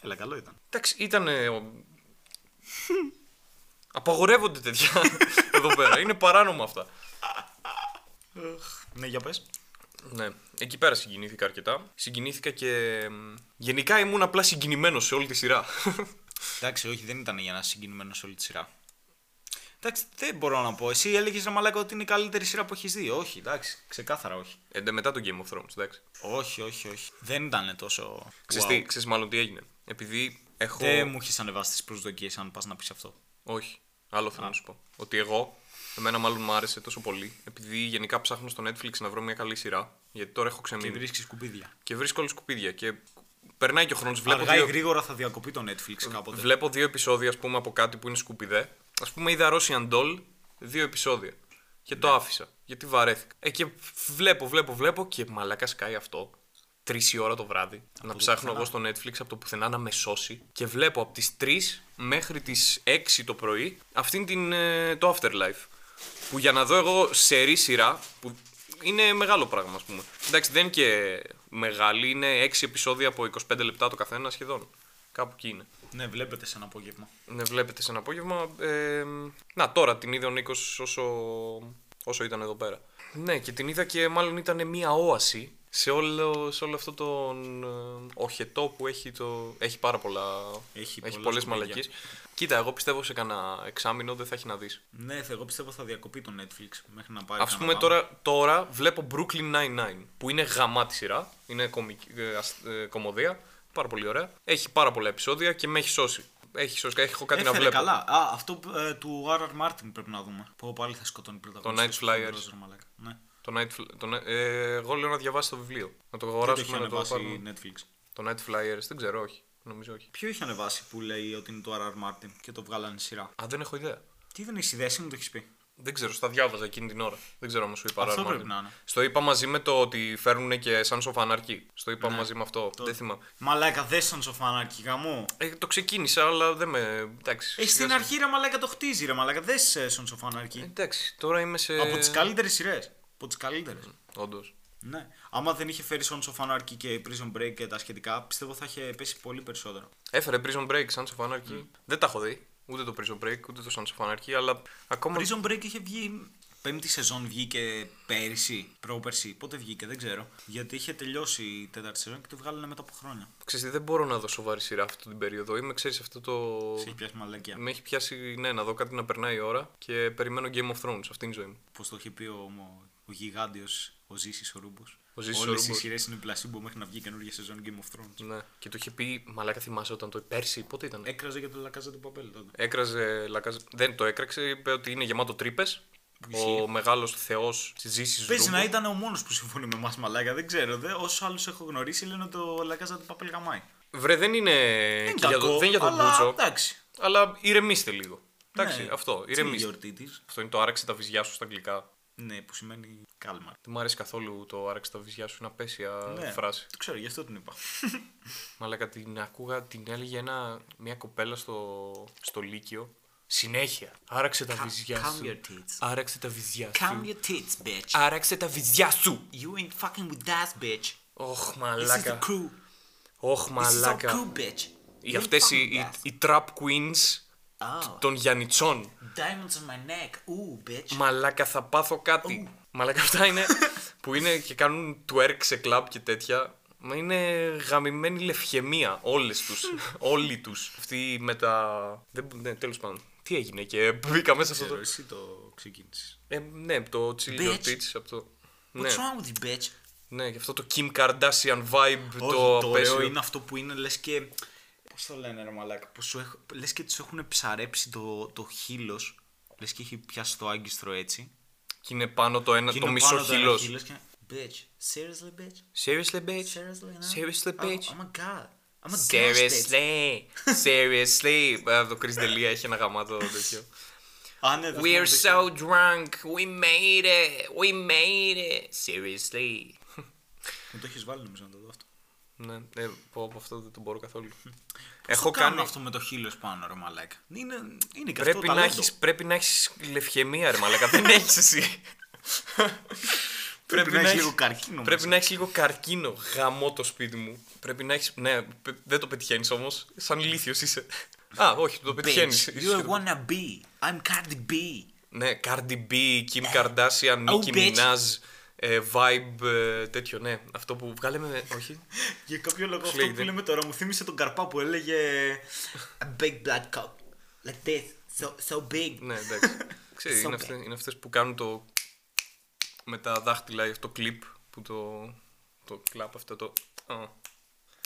Speaker 2: Έλα, καλό ήταν.
Speaker 1: Εντάξει, ήταν. Απαγορεύονται τέτοια εδώ πέρα. Είναι παράνομα αυτά.
Speaker 2: Ναι, για πες.
Speaker 1: Ναι, εκεί πέρα συγκινήθηκα αρκετά. Συγκινήθηκα και. μ, Γενικά ήμουν απλά συγκινημένος σε όλη τη σειρά.
Speaker 2: Εντάξει, όχι, δεν ήταν για να συγκινημένος σε όλη τη σειρά. Εντάξει, δεν μπορώ να πω. Εσύ έλεγες να μαλάκα ότι είναι η καλύτερη σειρά που έχεις δει. Όχι, εντάξει, ξεκάθαρα όχι.
Speaker 1: Ε, ντε, μετά το Game of Thrones, εντάξει.
Speaker 2: Όχι, όχι, όχι. Δεν ήταν τόσο.
Speaker 1: Ξέρεις, τι, ξέρεις μάλλον τι έγινε. Επειδή έχω.
Speaker 2: Δεν μου έχεις ανεβάσει τις προσδοκίες αν πας να πεις αυτό.
Speaker 1: Όχι. Άλλο θέλω να σου πω. Ότι εγώ, εμένα μάλλον μου άρεσε τόσο πολύ, επειδή γενικά ψάχνω στο Netflix να βρω μια καλή σειρά. Γιατί τώρα έχω
Speaker 2: Και
Speaker 1: ξεμείνει. Και,
Speaker 2: βρίσκεις σκουπίδια.
Speaker 1: βρίσκω όλα σκουπίδια. Και περνάει και ο χρόνος. Βλέπω,
Speaker 2: Αργά ή
Speaker 1: δύο...
Speaker 2: γρήγορα θα διακοπεί το Netflix κάποτε.
Speaker 1: βλέπω δύο επεισόδια, ας πούμε, από κάτι που είναι σκουπιδέ. Ας πούμε, είδα Russian Doll δύο επεισόδια. Και το άφησα. Γιατί βαρέθηκα. Ε, και βλέπω, βλέπω, βλέπω και μαλάκα σκάει αυτό. Τρεις η ώρα το βράδυ. να ψάχνω εγώ στο Netflix από το πουθενά να με σώσει. Και βλέπω από τις 3 μέχρι τις 6 το πρωί αυτήν την, ε, το Afterlife. Που για να δω εγώ σερή σειρά. Που είναι μεγάλο πράγμα, ας πούμε. Εντάξει, δεν είναι και μεγάλη. Είναι 6 επεισόδια από 25 λεπτά το καθένα σχεδόν. Κάπου εκεί είναι.
Speaker 2: Ναι, βλέπετε σε ένα απόγευμα.
Speaker 1: Ναι, βλέπετε σε ένα απόγευμα. Ε, να, τώρα την είδε ο Νίκος όσο, όσο ήταν εδώ πέρα. Ναι, και την είδα και μάλλον ήταν μια όαση σε όλο, σε όλο αυτό τον ε, οχετό που έχει, το, έχει πάρα πολλά.
Speaker 2: Έχει πολλά
Speaker 1: πολλές
Speaker 2: σκουπίδια.
Speaker 1: μαλακίες. Κοίτα, εγώ πιστεύω σε κανένα εξάμεινο δεν θα έχει να δεις.
Speaker 2: Ναι, θε- εγώ πιστεύω θα διακοπεί το Netflix μέχρι να πάρει.
Speaker 1: Ας πούμε
Speaker 2: κανένα
Speaker 1: τώρα, τώρα βλέπω Brooklyn Nine-Nine που είναι γαμάτη σειρά. Είναι κομική, ε, ασ- ε, κομμωδία. Πάρα πολύ ωραία. Έχει πάρα πολλά επεισόδια και με έχει σώσει. Έχει σώσει. Έχω κάτι
Speaker 2: Έφερε
Speaker 1: να βλέπω.
Speaker 2: Ε, καλά. Α, αυτό ε, του R.R. Martin πρέπει να δούμε. Πω πάλι θα σκοτώνει πρώτα.
Speaker 1: Night Flyers.
Speaker 2: Ναι.
Speaker 1: Το Night, Fl- το, Night- ε, εγώ λέω να διαβάσει το βιβλίο. Να το
Speaker 2: Δεν το έχει
Speaker 1: αγοράσουμε να το
Speaker 2: ανεβάσει
Speaker 1: πάρουμε.
Speaker 2: Netflix.
Speaker 1: Το Night Flyers δεν ξέρω, όχι. Νομίζω όχι.
Speaker 2: Ποιο έχει ανεβάσει που λέει ότι είναι του R.R. Martin και το βγάλανε σειρά.
Speaker 1: Α, δεν έχω ιδέα.
Speaker 2: Τι δεν έχεις ιδέα, εσύ μου το έχεις πει.
Speaker 1: Δεν ξέρω, στα διάβαζα εκείνη την ώρα. Δεν ξέρω αν σου είπα.
Speaker 2: Αυτό
Speaker 1: Rarman.
Speaker 2: πρέπει να είναι.
Speaker 1: Στο είπα μαζί με το ότι φέρνουν και σαν σοφανάρκι. Στο είπα
Speaker 2: Ναι.
Speaker 1: μαζί με αυτό. Δεν θυμάμαι.
Speaker 2: Μαλάκα, δε σαν σοφανάκι, γαμώ.
Speaker 1: Ε, το ξεκίνησα, αλλά δεν με. Εντάξει.
Speaker 2: Ε, στην
Speaker 1: σιγά-σιγά.
Speaker 2: αρχή ρε μαλάκα το χτίζει ρε μαλάκα, δες σαν σοφανάκι.
Speaker 1: Εντάξει, τώρα είμαι σε.
Speaker 2: Από τις καλύτερες σειρές. Από τις καλύτερες.
Speaker 1: Όντως.
Speaker 2: Ναι. Άμα δεν είχε φέρει Sons of Anarchy και Prison Break και τα σχετικά, πιστεύω θα είχε πέσει πολύ περισσότερο.
Speaker 1: Έφερε Prison Break, Sons of
Speaker 2: Ναι.
Speaker 1: Anarchy. Δεν τα έχω δει. Ούτε το Prison Break, ούτε το Sons of Anarchy, αλλά ακόμα.
Speaker 2: Prison Break είχε βγει. Πέμπτη σεζόν βγήκε πέρυσι, πρόπερσι, πότε βγήκε δεν ξέρω. Γιατί είχε τελειώσει η τέταρτη σεζόν και τη βγάλανε μετά από χρόνια.
Speaker 1: Ξέρεις, τι, δεν μπορώ να δω σοβαρή σειρά αυτή την περίοδο. Είμαι, ξέρεις, αυτό το.
Speaker 2: Σε έχει πιάσει μαλακία.
Speaker 1: Με έχει πιάσει, ναι, να δω κάτι να περνάει η ώρα και περιμένω Game of Thrones. Αυτή είναι η ζωή μου.
Speaker 2: Πώς το είχε πει ο, ο γιγάντιος, ο Ζήσης ο Ρούμπος.
Speaker 1: Ο Ζήσης ο
Speaker 2: Όλες οι
Speaker 1: Ρούμπος.
Speaker 2: σειρές είναι πλασίμπο μέχρι να βγει καινούργια σεζόν Game of Thrones.
Speaker 1: Ναι. Και το είχε πει, μαλάκα θυμάσαι όταν το. Πέρσι, πότε ήταν.
Speaker 2: Έκραζε για το Λακάζα του Παπέλ τότε.
Speaker 1: Έκραζε, Λακάζ- δεν το έκραξε, είπε ότι είναι γεμάτο τρύπες. Ο μεγάλος θεός της ζήσης
Speaker 2: Παίζει να ήταν ο μόνος που συμφωνεί με εμάς, μαλάκα. Δεν ξέρω. Δε, όσους άλλους έχω γνωρίσει λένε ότι ο Λακάζα του Παπέλ γαμάει.
Speaker 1: Βρε, δεν είναι,
Speaker 2: Δεν
Speaker 1: Ε, και για, το, δεν για τον
Speaker 2: αλλά,
Speaker 1: Μπούτσο,
Speaker 2: Εντάξει.
Speaker 1: αλλά ηρεμήστε λίγο. Εντάξει,
Speaker 2: Ναι.
Speaker 1: αυτό,
Speaker 2: Τι είναι η
Speaker 1: ηρεμήστε.
Speaker 2: γιορτή της.
Speaker 1: Αυτό είναι το άραξε τα βυζιά σου στα αγγλικά.
Speaker 2: Ναι, που σημαίνει κάλμα.
Speaker 1: Δεν μου αρέσει καθόλου το άραξε τα βυζιά σου, είναι απέσια
Speaker 2: Ναι,
Speaker 1: Ε, φράση.
Speaker 2: Το ξέρω, γι' αυτό την είπα.
Speaker 1: Μαλάκα την ακούγα, την έλεγε ένα, μια κοπέλα στο, στο Λύκειο. Συνέχεια. Άραξε τα βυζιά
Speaker 4: calm
Speaker 1: σου.
Speaker 4: your tits.
Speaker 1: Άραξε τα βυζιά
Speaker 4: Calm
Speaker 1: σου.
Speaker 4: your tits, bitch.
Speaker 1: Άραξε τα βυζιά σου.
Speaker 4: You ain't fucking with that, bitch.
Speaker 1: Ωχ,
Speaker 4: This is the
Speaker 1: μαλάκα.
Speaker 4: crew.
Speaker 1: Ωχ,
Speaker 4: This is our
Speaker 1: μαλάκα.
Speaker 4: crew, bitch. You
Speaker 1: Οι
Speaker 4: ain't
Speaker 1: αυτές οι,
Speaker 4: fucking
Speaker 1: οι,
Speaker 4: with that.
Speaker 1: οι trap queens
Speaker 4: Oh,
Speaker 1: των Γιαννιτσών.
Speaker 4: diamonds on my neck. Ooh, bitch.
Speaker 1: Μαλάκα θα πάθω κάτι. Μαλάκα αυτά είναι που είναι και κάνουν twerk σε κλαμπ και τέτοια. Μα είναι γαμημένη λευχαιμία όλες τους, όλοι τους. Αυτοί με τα... Δεν, ναι, τέλος πάντων. Τι έγινε και μπήκα μέσα σε αυτό
Speaker 2: Ξέρω,
Speaker 1: το...
Speaker 2: εσύ το ξεκίνησες.
Speaker 1: Ε, ναι, το chill your
Speaker 4: Bitch.
Speaker 1: tits, από το... Ναι,
Speaker 4: What's wrong with you, bitch?
Speaker 1: ναι, γι' αυτό το Kim Kardashian vibe,
Speaker 2: Το, το
Speaker 1: απέσιο.
Speaker 2: ωραίο είναι αυτό που είναι λες και. Πώς το λένε, ρε Μαλάκα. Που σου έχ... λες και τους έχουν ψαρέψει το, το χείλος. Λες και έχει πιάσει το άγκιστρο έτσι.
Speaker 1: Και είναι πάνω το ένα,
Speaker 2: Και
Speaker 1: το
Speaker 2: είναι
Speaker 1: μισό
Speaker 2: πάνω ένα
Speaker 1: χειλός.
Speaker 2: χείλος και-
Speaker 4: Bitch, seriously, bitch?
Speaker 1: Seriously, bitch.
Speaker 4: Seriously, no?
Speaker 1: Seriously,
Speaker 4: Oh,
Speaker 1: bitch.
Speaker 4: Oh, my god. I'm a girl's bitch.
Speaker 1: Seriously. Seriously. Ε, Το Chris D'Elia έχει ένα γαμάτο τέτοιο.
Speaker 2: Α, ναι, δεν
Speaker 1: We're
Speaker 2: θυμάμαι,
Speaker 1: so drunk. We made it. We made it. Seriously.
Speaker 2: Μου το έχεις βάλει νομίζω να το δω αυτό.
Speaker 1: Ναι, ε, πω, από αυτό δεν το μπορώ καθόλου.
Speaker 2: το
Speaker 1: Έχω
Speaker 2: κάνουν
Speaker 1: κάνει.
Speaker 2: αυτό με το χείλος πάνω, ρε Μαλάκα. Είναι, είναι και
Speaker 1: Πρέπει
Speaker 2: αυτό
Speaker 1: να,
Speaker 2: ταλέντο.
Speaker 1: έχεις, πρέπει να έχεις λευχαιμία ρε μαλάκα, δεν έχεις εσύ.
Speaker 2: Πρέπει να έχεις λίγο καρκίνο
Speaker 1: Πρέπει
Speaker 2: μέσα.
Speaker 1: να έχεις λίγο καρκίνο, γαμώ το σπίτι μου. Πρέπει να έχεις, ναι, πε- δεν το πετυχαίνεις όμως, σαν ηλίθιος είσαι. Α, όχι, το πετυχαίνεις.
Speaker 4: Bitch,
Speaker 1: Είσαι
Speaker 4: you're
Speaker 1: σίγουρο.
Speaker 4: wanna be. I'm Cardi B.
Speaker 1: Ναι, Cardi B, Kim
Speaker 4: Oh,
Speaker 1: Kardashian, Nicki
Speaker 4: bitch.
Speaker 1: Minaj, ε, vibe, ε, τέτοιο, ναι. Αυτό που βγάλαμε, όχι.
Speaker 2: Για κάποιο λόγο
Speaker 1: λέει,
Speaker 2: αυτό που
Speaker 1: δεν-
Speaker 2: λέμε τώρα μου θύμισε τον καρπά που έλεγε.
Speaker 4: A big black cock. Like this. So, so big.
Speaker 1: ναι, εντάξει. Ξέρεις, είναι,
Speaker 4: Σούπερ.
Speaker 1: αυτές, είναι αυτές που κάνουν το... με τα δάχτυλα, αυτό το κλιπ που το... το κλαπ αυτό το... «Α,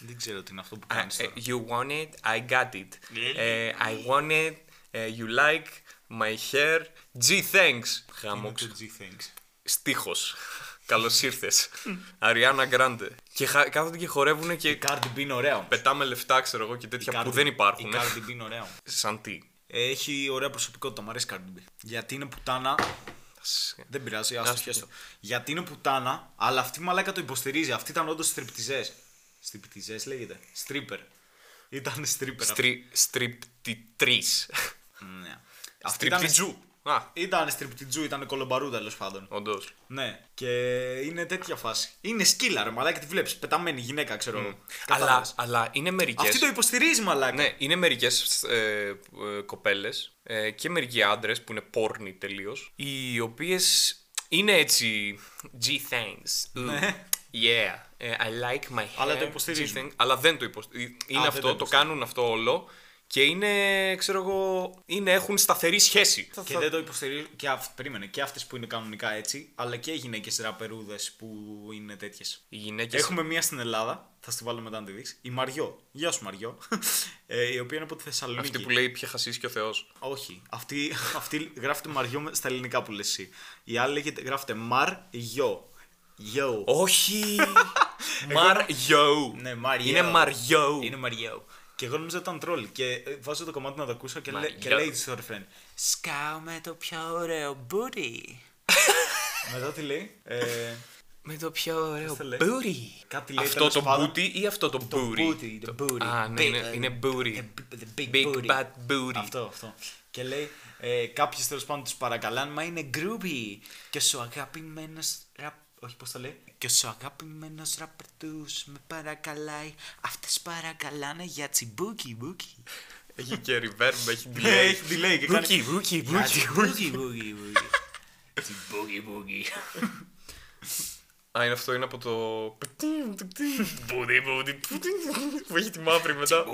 Speaker 2: Δεν ξέρω τι είναι αυτό που
Speaker 1: I-
Speaker 2: κάνει τώρα.
Speaker 1: you want it, I got it. Ε, I want it, ε, you like, my hair, gee thanks.
Speaker 2: Είναι
Speaker 1: Χαμόξ.
Speaker 2: το G-Thanks.
Speaker 1: Στίχος. Καλώς ήρθες. Αριάννα Γκράντε. Και χα- κάθονται και χορεύουν και
Speaker 2: Η Cardi B είναι ωραία. όμως.
Speaker 1: πετάμε λεφτά, ξέρω εγώ, και τέτοια
Speaker 2: Η
Speaker 1: που
Speaker 2: Cardi-
Speaker 1: δεν υπάρχουν.
Speaker 2: Η Cardi B είναι ωραία. όμως.
Speaker 1: Σαν τι.
Speaker 2: ε. Έχει ωραία προσωπικότητα, μου αρέσει η Cardi B. Γιατί είναι πουτάνα. Δεν πειράζει, άστο
Speaker 1: Άστο.
Speaker 2: χέστο. Γιατί είναι πουτάνα, αλλά αυτή η μαλάκα το υποστηρίζει. Αυτή ήταν όντως στριπτιζές. Στριπτιζές λέγεται. Στρίπερ. Ήταν στρίπερ.
Speaker 1: Στριπτιτρίς.
Speaker 2: Ναι. Αυτή ήταν-
Speaker 1: Στριπτιτζού. Α,
Speaker 2: Ήταν στριπτιτζού, ήταν κολομπαρού τέλος πάντων.
Speaker 1: όντως.
Speaker 2: Ναι. Και είναι τέτοια φάση. Είναι σκύλα, ρε μαλάκα, τη βλέπεις. Πεταμένη γυναίκα, ξέρω εγώ.
Speaker 1: Αλλά,
Speaker 2: Κατάλαβες.
Speaker 1: αλλά είναι μερικές.
Speaker 2: Αυτή το υποστηρίζει, μαλάκα.
Speaker 1: Ναι, είναι μερικές ε, ε, κοπέλες ε, και μερικοί άντρες που είναι πόρνοι τελείως, οι οποίες είναι έτσι. G thanks. Ooh. Yeah, ε, I like my hair.
Speaker 2: Ναι. Αλλά το υποστηρίζουν.
Speaker 1: this thing. Αλλά δεν το υποστηρίζουν. Ε, Είναι
Speaker 2: δεν
Speaker 1: αυτό,
Speaker 2: το
Speaker 1: το
Speaker 2: υποστηρίζουν.
Speaker 1: κάνουν αυτό όλο. Και είναι, ξέρω εγώ, είναι, έχουν σταθερή σχέση.
Speaker 2: Και δεν το υποστηρίζουν. Και αυ... Περίμενε, και αυτές που είναι κανονικά έτσι, αλλά και οι γυναίκες ραπερούδες που είναι τέτοιες.
Speaker 1: Οι γυναίκες.
Speaker 2: Έχουμε μία στην Ελλάδα, θα στη βάλω μετά να τη δεις. Η Μαριό. Γεια σου, Μαριό. ε, η οποία είναι από τη Θεσσαλονίκη.
Speaker 1: Αυτή που λέει πια χασίσει και ο Θεός.
Speaker 2: Όχι. Αυτή, αυτή γράφεται Μαριό με- στα ελληνικά που λες εσύ. Η άλλη λέγεται, γράφεται Μαριό. Yo.
Speaker 1: Όχι! Μαριό!
Speaker 2: Ναι, Μαριό.
Speaker 1: Είναι Μαριό!
Speaker 2: Είναι Μαριό. Και εγώ νόμιζα ήταν τρόλ. Και ε, βάζω το κομμάτι να το ακούσω και, λέ,
Speaker 1: Μαριό.
Speaker 2: και λέει στο ρεφρέν.
Speaker 4: Σκάω με το πιο ωραίο μπούτι.
Speaker 2: Μετά τι λέει. Ε,
Speaker 1: Με το πιο ωραίο
Speaker 2: θα λέει.
Speaker 1: booty.
Speaker 2: κάτι λέει.
Speaker 1: Αυτό
Speaker 2: τέλος
Speaker 1: το
Speaker 2: πάντων.
Speaker 1: booty ή αυτό το booty.
Speaker 4: Booty, το booty.
Speaker 1: Α, ναι,
Speaker 4: Big,
Speaker 1: είναι-
Speaker 4: uh,
Speaker 1: είναι booty.
Speaker 4: the- the big
Speaker 1: Big
Speaker 4: booty.
Speaker 1: bad booty.
Speaker 2: ε, Αυτό, αυτό. Και λέει, ε, κάποιοι τέλος πάντων τους παρακαλάνε, μα είναι groovy. Και ο σου αγαπημένο ραπ. Όχι, πώς το λέει. Και ο σου αγαπημένος ραπερ τους με παρακαλάει. Αυτές παρακαλάνε για τσιμπούκι, μπούκι.
Speaker 1: Έχει και reverb, έχει delay.
Speaker 2: Ε, Έχει delay και κάνει-
Speaker 1: Booty, booty,
Speaker 2: Για
Speaker 1: booty.
Speaker 2: τσιμπούκι, μπούκι, μπούκι. Τσιμπούκι, μπούκι.
Speaker 1: Α, είναι αυτό, είναι από το. Μπούτι, μπούτι, που έχει τη μαύρη μετά.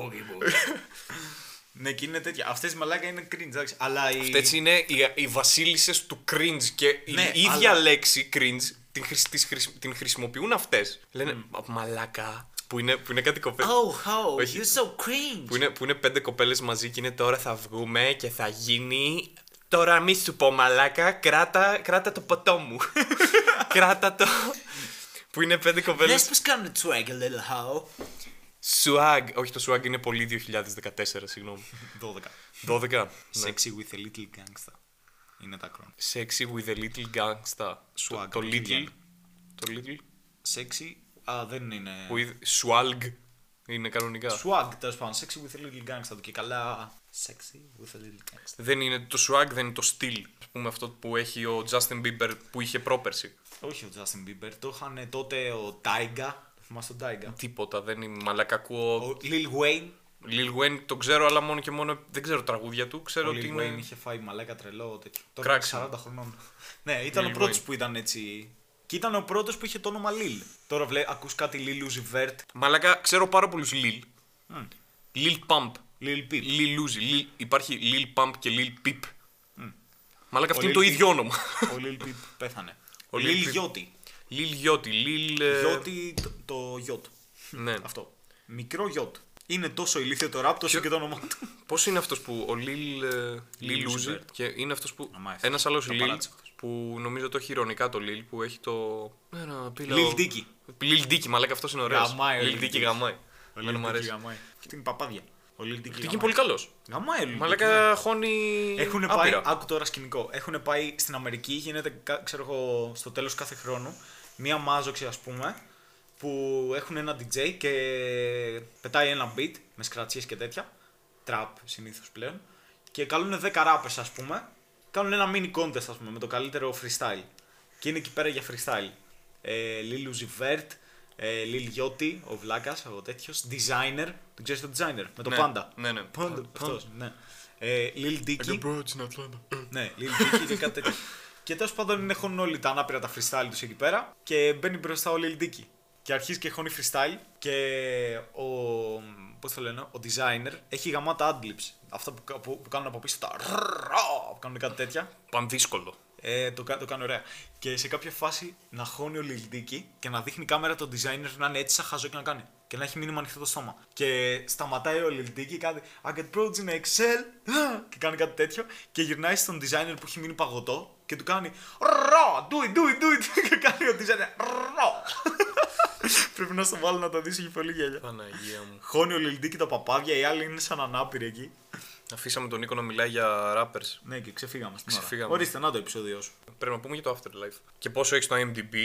Speaker 2: Ναι, και είναι τέτοια. Αυτές μαλάκα είναι cringe, εντάξει. Αλλά η...
Speaker 1: Έτσι είναι οι, οι βασίλισσες του cringe και
Speaker 2: Ναι,
Speaker 1: η ίδια
Speaker 2: αλλά-
Speaker 1: λέξη cringe την, χρησι- τις χρησι- την χρησιμοποιούν αυτές. Λένε «Α, μαλάκα. Που είναι, που είναι κάτι κοπέλε.
Speaker 4: Oh, ho,
Speaker 1: Όχι.
Speaker 4: you're so cringe.
Speaker 1: Που, είναι, που είναι πέντε κοπέλες μαζί και είναι τώρα θα βγούμε και θα γίνει. Τώρα μη σου πω μαλάκα, κράτα, κράτα το ποτό μου. κράτα το. που είναι πέντε κοπέλες.
Speaker 4: Λες πως κάνουν twag a little ho.
Speaker 1: Swag. Όχι, το swag είναι πολύ 2014, συγγνώμη.
Speaker 2: 12.
Speaker 1: 12. ναι.
Speaker 2: Sexy with a little gangsta. Είναι τα κρόν.
Speaker 1: Sexy with a little gangsta.
Speaker 2: Swag,
Speaker 1: Το, το
Speaker 2: το
Speaker 1: little.
Speaker 2: Indian.
Speaker 1: Το little.
Speaker 2: Sexy. Α, δεν είναι.
Speaker 1: With swag. Είναι κανονικά.
Speaker 2: Swag, τέλος πάντων. Sexy with a little gangsta του και καλά. Sexy with a little gangsta.
Speaker 1: Δεν είναι το swag, δεν είναι το style. Ας πούμε αυτό που έχει ο Justin Bieber που είχε πρόπερση.
Speaker 2: Όχι ο Justin Bieber, το είχαν τότε ο Tyga. Το θυμάσαι τον Tyga.
Speaker 1: Τίποτα, δεν είμαι μαλακά. Ακούω.
Speaker 2: Ο Lil Wayne.
Speaker 1: Lil Wayne τον ξέρω, αλλά μόνο και μόνο δεν ξέρω τραγούδια του. Ξέρω
Speaker 2: Ο
Speaker 1: ότι
Speaker 2: Lil
Speaker 1: είναι.
Speaker 2: Wayne είχε φάει μαλάκα τρελό τέτοιο. Τώρα
Speaker 1: Κράξιμο.
Speaker 2: 40 χρονών. ναι, ήταν
Speaker 1: Lil
Speaker 2: ο πρώτος
Speaker 1: Wayne.
Speaker 2: που ήταν έτσι. Και ήταν ο πρώτος που είχε το όνομα Lil. Τώρα βλέ, ακούς κάτι Lil Uzi Vert,
Speaker 1: Μαλακά, ξέρω πάρα πολλούς Lil. Lil Pump.
Speaker 2: Lil Peep.
Speaker 1: Lil Uzi. Lil... Υπάρχει Lil Pump και Lil Peep. Μαλακά, αυτό
Speaker 2: Ο
Speaker 1: είναι το
Speaker 2: Lil
Speaker 1: ίδιο
Speaker 2: Peep.
Speaker 1: όνομα.
Speaker 2: Ο Lil Peep πέθανε.
Speaker 1: Ο
Speaker 2: Ο
Speaker 1: Lil Peep.
Speaker 2: Lil Yachty.
Speaker 1: Lil Yachty. Lil. ε,
Speaker 2: Yachty, το- το Yacht.
Speaker 1: Ναι.
Speaker 2: Αυτό. Μικρό Yacht. Είναι τόσο ηλίθιο το ράπτο όσο και το όνομά του.
Speaker 1: Πώς είναι αυτός που. Ο Λιλ. ε, Λιλ
Speaker 2: Lil
Speaker 1: Uzi
Speaker 2: Uzi.
Speaker 1: Και είναι αυτός που.
Speaker 2: Να μάθεις.
Speaker 1: Ένας άλλος
Speaker 2: Τα
Speaker 1: Λιλ.
Speaker 2: παλάτσα αυτός.
Speaker 1: Που νομίζω το έχει ηρωνικά το Λιλ που έχει το. Ναι, Ένα πύλαο.
Speaker 2: Lil Dicky.
Speaker 1: Λιλ Ντίκι, μαλάκα αυτός είναι ωραίος.
Speaker 2: Γαμάει ο
Speaker 1: Λιλ
Speaker 2: Lil
Speaker 1: Ντίκι
Speaker 2: Dicky.
Speaker 1: γαμάει.
Speaker 2: Ο
Speaker 1: Εμένα
Speaker 2: Lil
Speaker 1: μου
Speaker 2: Dicky
Speaker 1: αρέσει.
Speaker 2: γαμάει. Και την παπάδια. Ο Lil Dicky
Speaker 1: Dicky είναι
Speaker 2: γαμάει.
Speaker 1: πολύ καλός.
Speaker 2: Γαμάει ο Lil Dicky, ναι.
Speaker 1: Μαλάκα χώνει.
Speaker 2: Έχουν πάει,
Speaker 1: άπειρα.
Speaker 2: άκου τώρα σκηνικό, έχουν πάει στην Αμερική, γίνεται, κα- ξέρω εγώ, στο τέλος κάθε χρόνου, μία μάζοξη ας πούμε, που έχουν ένα DJ και πετάει ένα beat με σκρατσίες και τέτοια, trap συνήθως πλέον, και καλούν 10 ράπες ας πούμε, κάνουν ένα mini contest ας πούμε με το καλύτερο freestyle. Και είναι εκεί πέρα για freestyle. Ε, Lil Uzi Vert, ε, Lil Yachty, ο Βλάκας, ο τέτοιος, Designer, τον ξέρεις τον Designer, με το
Speaker 1: Ναι,
Speaker 2: Panda.
Speaker 1: ναι, ναι.
Speaker 2: Panda, αυτός, ναι. Ε, Lil Dicky, ναι, Lil Dicky και κάτι τέτοιο. Και τέλος πάντων είναι χώνουν όλοι τα ανάπηρα τα freestyle τους εκεί πέρα και μπαίνει μπροστά ο Lil Dicky. Και αρχίζει και χώνει freestyle και ο. Πώς το λένε, ο designer έχει γαμάτα adlibs. Αυτά που, κα- που, που κάνουν από πίσω τα. ρρρρρά, που κάνουν κάτι τέτοια.
Speaker 1: Πανδύσκολο.
Speaker 2: Ε, το, κα- το κάνει ωραία. Και σε κάποια φάση να χώνει ο Lil Dicky και να δείχνει η κάμερα τον designer να είναι έτσι σαν χαζό και να κάνει. Και να έχει μήνυμα ανοιχτό το στόμα. Και σταματάει ο Lil Dicky, κάνει I get projects in Excel. α, Και κάνει κάτι τέτοιο. Και γυρνάει στον designer που έχει μείνει παγωτό και του κάνει Ρο, do it, do it, do it. Και κάνει ο designer Ρο. Πρέπει να στο βάλω να το δεις, έχει πολύ γέλιο.
Speaker 1: Παναγία μου.
Speaker 2: Χώνει ο Lil Dicky τα παπάδια, οι άλλοι είναι σαν ανάπηροι εκεί.
Speaker 1: Αφήσαμε τον Νίκο να μιλάει για rappers.
Speaker 2: Ναι, και ξεφύγαμε στην ώρα.
Speaker 1: Ξεφύγαμε.
Speaker 2: Ορίστε, να το επεισόδιο σου.
Speaker 1: Πρέπει να πούμε για το Afterlife. Και πόσο έχεις το IMDb,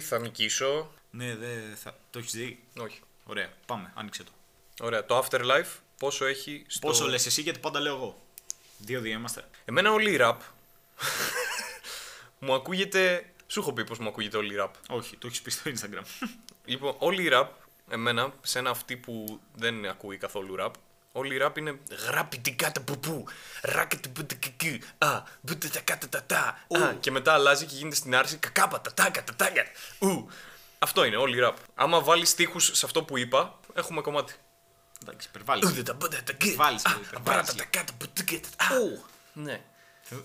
Speaker 1: θα νικήσω.
Speaker 2: Ναι, δεν θα. Το έχεις δει.
Speaker 1: Όχι.
Speaker 2: Ωραία, πάμε, άνοιξε το.
Speaker 1: Ωραία. Το Afterlife πόσο έχει στο.
Speaker 2: Πόσο λες εσύ γιατί πάντα λέω εγώ. Δύο δύο είμαστε.
Speaker 1: Εμένα όλοι οι ραπ μου ακούγεται. Σου έχω πει πώ μου ακούγεται όλοι οι ραπ.
Speaker 2: Όχι, το έχεις πει στο Instagram.
Speaker 1: Λοιπόν, όλοι οι ραπ, εμένα, σε ένα αυτή που δεν ακούει καθόλου ραπ, όλοι οι ραπ είναι γράπιτι κάτα πουπού, ράκετι μπουτικικί, α, μπούτε τα κάτα τα τα, α, και μετά αλλάζει και γίνεται στην άρση κακάπα τα τα τα τα, ου. Αυτό είναι, όλοι rap. Άμα βάλεις τείχου σε αυτό που είπα, έχουμε κομμάτι.
Speaker 2: Εντάξει,
Speaker 1: Ε,
Speaker 2: υπερβάλλει. Βάλεις το υπερβάλλεις.
Speaker 1: Ου. Ναι.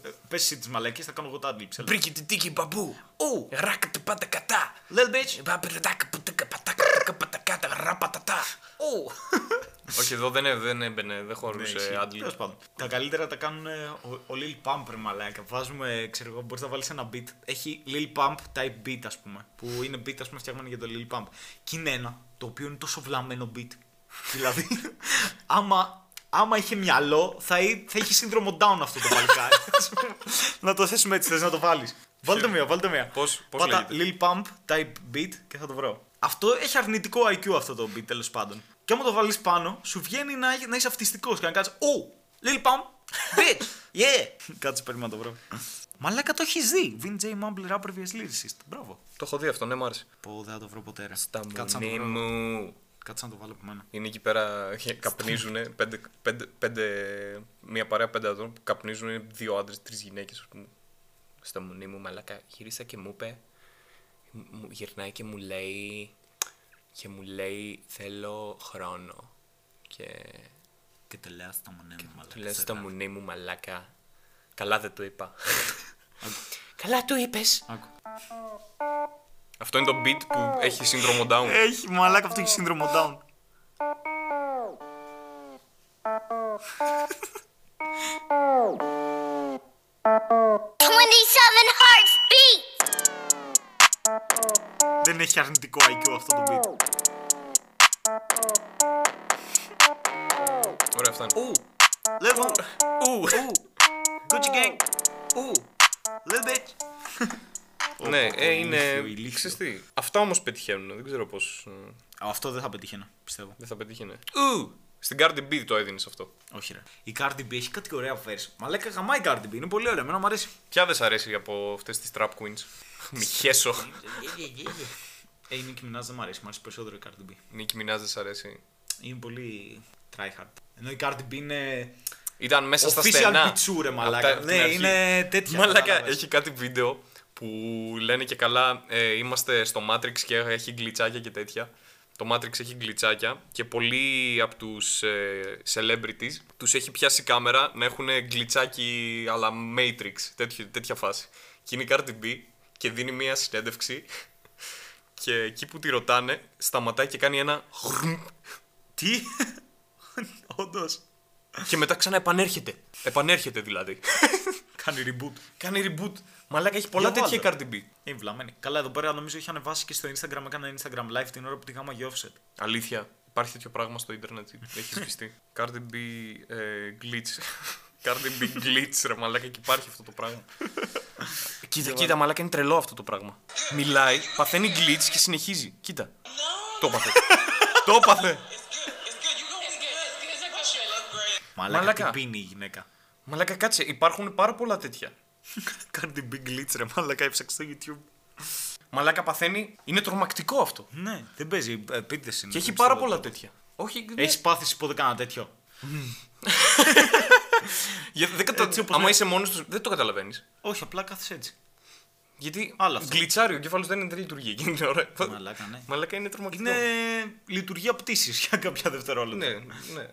Speaker 2: Πε Ε, εσύ τις μαλακίες, θα κάνω εγώ τα αντίληψη.
Speaker 1: Πρίκι την τίκη μπαμπού. Ου. Ράκ τα πάντα κατά.
Speaker 2: Little bitch.
Speaker 1: Μπαμπρετάκ πουτάκα πατάκα πατακάτα ραπατατά. Ου. Όχι, εδώ δεν, έ- δεν έμπαινε, δεν χωρούσε άντλη.
Speaker 2: Τέλο ε, πάντων. Τα καλύτερα τα κάνουν ε, ο, ο Lil Pump, ρε μαλάκα. Βάζουμε, ξέρω εγώ, μπορείς να βάλεις ένα beat. Έχει Lil Pump type beat, ας πούμε. Που είναι beat, ας πούμε, φτιαγμένο για το Lil Pump. Και είναι ένα το οποίο είναι τόσο βλαμμένο beat. δηλαδή, άμα, άμα είχε μυαλό, θα, εί- θα είχε σύνδρομο down αυτό το παλικάρι. να το θέσουμε έτσι, θες να το βάλεις. Βάλτε μία, βάλτε μία.
Speaker 1: Πώς- πώς
Speaker 2: Πάτα Lil Pump type beat και θα το βρω. Αυτό έχει αρνητικό IQ αυτό το beat τέλος πάντων. Και άμα το βάλεις πάνω, σου βγαίνει να, να είσαι αυτιστικός και να κάτσεις. Ου! Lil Pump! Bitch! Yeah! Κάτσε περίμενα το βρω. Μαλάκα το έχεις δει. Vin J Mumble Rapper vs Lyricist. Μπράβο.
Speaker 1: Το έχω δει αυτό, ναι, μ' άρεσε.
Speaker 2: Πω δεν θα το βρω ποτέ. ρε.
Speaker 1: Τα
Speaker 2: Κάτσε να το
Speaker 1: μουνί
Speaker 2: βρω.
Speaker 1: μου.
Speaker 2: Κάτσε να το βάλω από μένα.
Speaker 1: Είναι εκεί πέρα, καπνίζουνε, πέντε, πέντε, πέντε, μια παρέα πέντε ατόμων που καπνίζουν, είναι δύο άντρες, τρεις γυναίκες, ας πούμε. Στο μουνί μου, μαλάκα, γύρισα και μου είπε, μου γυρνάει και μου λέει, και μου λέει, θέλω χρόνο. Και
Speaker 2: Και το λέω στα μονέ μου,
Speaker 1: του
Speaker 2: μαλάκα.
Speaker 1: λέω
Speaker 2: σε
Speaker 1: στο
Speaker 2: ένα.
Speaker 1: μουνί μου, μαλάκα, καλά δεν το είπα. καλά το είπες.
Speaker 2: Άκου.
Speaker 1: Αυτό είναι το beat που έχει σύνδρομο down.
Speaker 2: Έχει μαλάκα αυτό έχει σύνδρομο down.
Speaker 6: hearts beat.
Speaker 2: Δεν έχει αρνητικό IQ αυτό το beat.
Speaker 1: Ωραία, αυτά είναι.
Speaker 2: Level. Ου. Gucci gang. Ου. Little bitch.
Speaker 1: Ναι,
Speaker 2: πω,
Speaker 1: ε, είναι.
Speaker 2: ηλίθιο, ηλίθιο.
Speaker 1: Ξέρεις τι, Αυτά όμως πετυχαίνουν. Δεν ξέρω πώς.
Speaker 2: Αυτό δεν θα πετύχαινα, πιστεύω.
Speaker 1: Δεν θα πετύχαινε. Ου! Στην Cardi B το έδινες αυτό.
Speaker 2: Όχι, ρε. Η Cardi B έχει κάτι ωραία verse. Μα λέει καγαμά η Cardi B, είναι πολύ ωραία, εμένα μου αρέσει.
Speaker 1: Ποια δεν σ' αρέσει από αυτές τις trap queens. Μιχέσο.
Speaker 2: Ε, η Nicki Minaj δεν μου αρέσει, μου αρέσει περισσότερο η Cardi B.
Speaker 1: Νίκη Μινάζ δεν σ' αρέσει.
Speaker 2: Είναι πολύ tryhard. Ενώ η Cardi B είναι.
Speaker 1: Ήταν μέσα στα
Speaker 2: Official
Speaker 1: στενά.
Speaker 2: πιτσού, ρε
Speaker 1: Απ' τα-
Speaker 2: μαλάκα.
Speaker 1: απ' την
Speaker 2: Ναι,
Speaker 1: αρχή.
Speaker 2: είναι τέτοια.
Speaker 1: Μαλάκα,
Speaker 2: κατάλαβες.
Speaker 1: έχει κάτι βίντεο που λένε και καλά ε, είμαστε στο Matrix και έχει γκλιτσάκια και τέτοια. Το Matrix έχει γκλιτσάκια και πολλοί από τους ε, celebrities τους έχει πιάσει η κάμερα να έχουν γκλιτσάκι αλλά Matrix, τέτοιο, τέτοια φάση. Και είναι η Cardi B και δίνει μια συνέντευξη και εκεί που τη ρωτάνε σταματάει και κάνει ένα χρμ
Speaker 2: Τι. Όντως.
Speaker 1: και μετά ξανά επανέρχεται. Επανέρχεται δηλαδή.
Speaker 2: Κάνει reboot.
Speaker 1: κάνει reboot. Μαλάκα έχει πολλά
Speaker 2: Για
Speaker 1: τέτοια η
Speaker 2: βάλτε.
Speaker 1: Cardi B.
Speaker 2: Είναι Ε, βλαμμένη. Καλά, εδώ πέρα νομίζω έχει ανεβάσει και στο Instagram. Έκανα Instagram live την ώρα που τη γάμα για offset.
Speaker 1: Αλήθεια. Υπάρχει τέτοιο πράγμα στο ίντερνετ. Έχει σβηστεί. Cardi B ε, glitch. Cardi B glitch, ρε μαλάκα, και υπάρχει αυτό το πράγμα. κοίτα, κοίτα, μαλάκα, είναι τρελό αυτό το πράγμα. Μιλάει, παθαίνει glitch και συνεχίζει. Κοίτα. το πάθε. το πάθε.
Speaker 2: Μαλάκα,
Speaker 1: Μαλάκα.
Speaker 2: την πίνει η γυναίκα.
Speaker 1: Μαλάκα, κάτσε, υπάρχουν πάρα πολλά τέτοια.
Speaker 2: Cardi B glitch, ρε μαλάκα, έψαξε στο YouTube.
Speaker 1: Μαλάκα παθαίνει, είναι τρομακτικό αυτό.
Speaker 2: Ναι, δεν παίζει.
Speaker 1: ε,
Speaker 2: Επίτε είναι.
Speaker 1: Και έχει πάρα πολλά τέτοια. Όχι, ναι.
Speaker 2: Έχει πάθει ποτέ κανένα τέτοιο.
Speaker 1: Για- δεν κατα...
Speaker 2: Έτσι όπως
Speaker 1: Άμα
Speaker 2: λέει.
Speaker 1: είσαι μόνος τους, δεν το καταλαβαίνεις.
Speaker 2: Όχι, απλά κάθεσαι έτσι.
Speaker 1: Γιατί
Speaker 2: Άλλο αυτό.
Speaker 1: γκλιτσάρει, ο κεφάλο δεν, είναι- δεν λειτουργεί εκείνη την ώρα.
Speaker 2: Μαλάκα, ναι.
Speaker 1: Μαλάκα είναι τρομακτικό.
Speaker 2: Είναι λειτουργία πτήσης για κάποια δευτερόλεπτα.
Speaker 1: Ναι, ναι.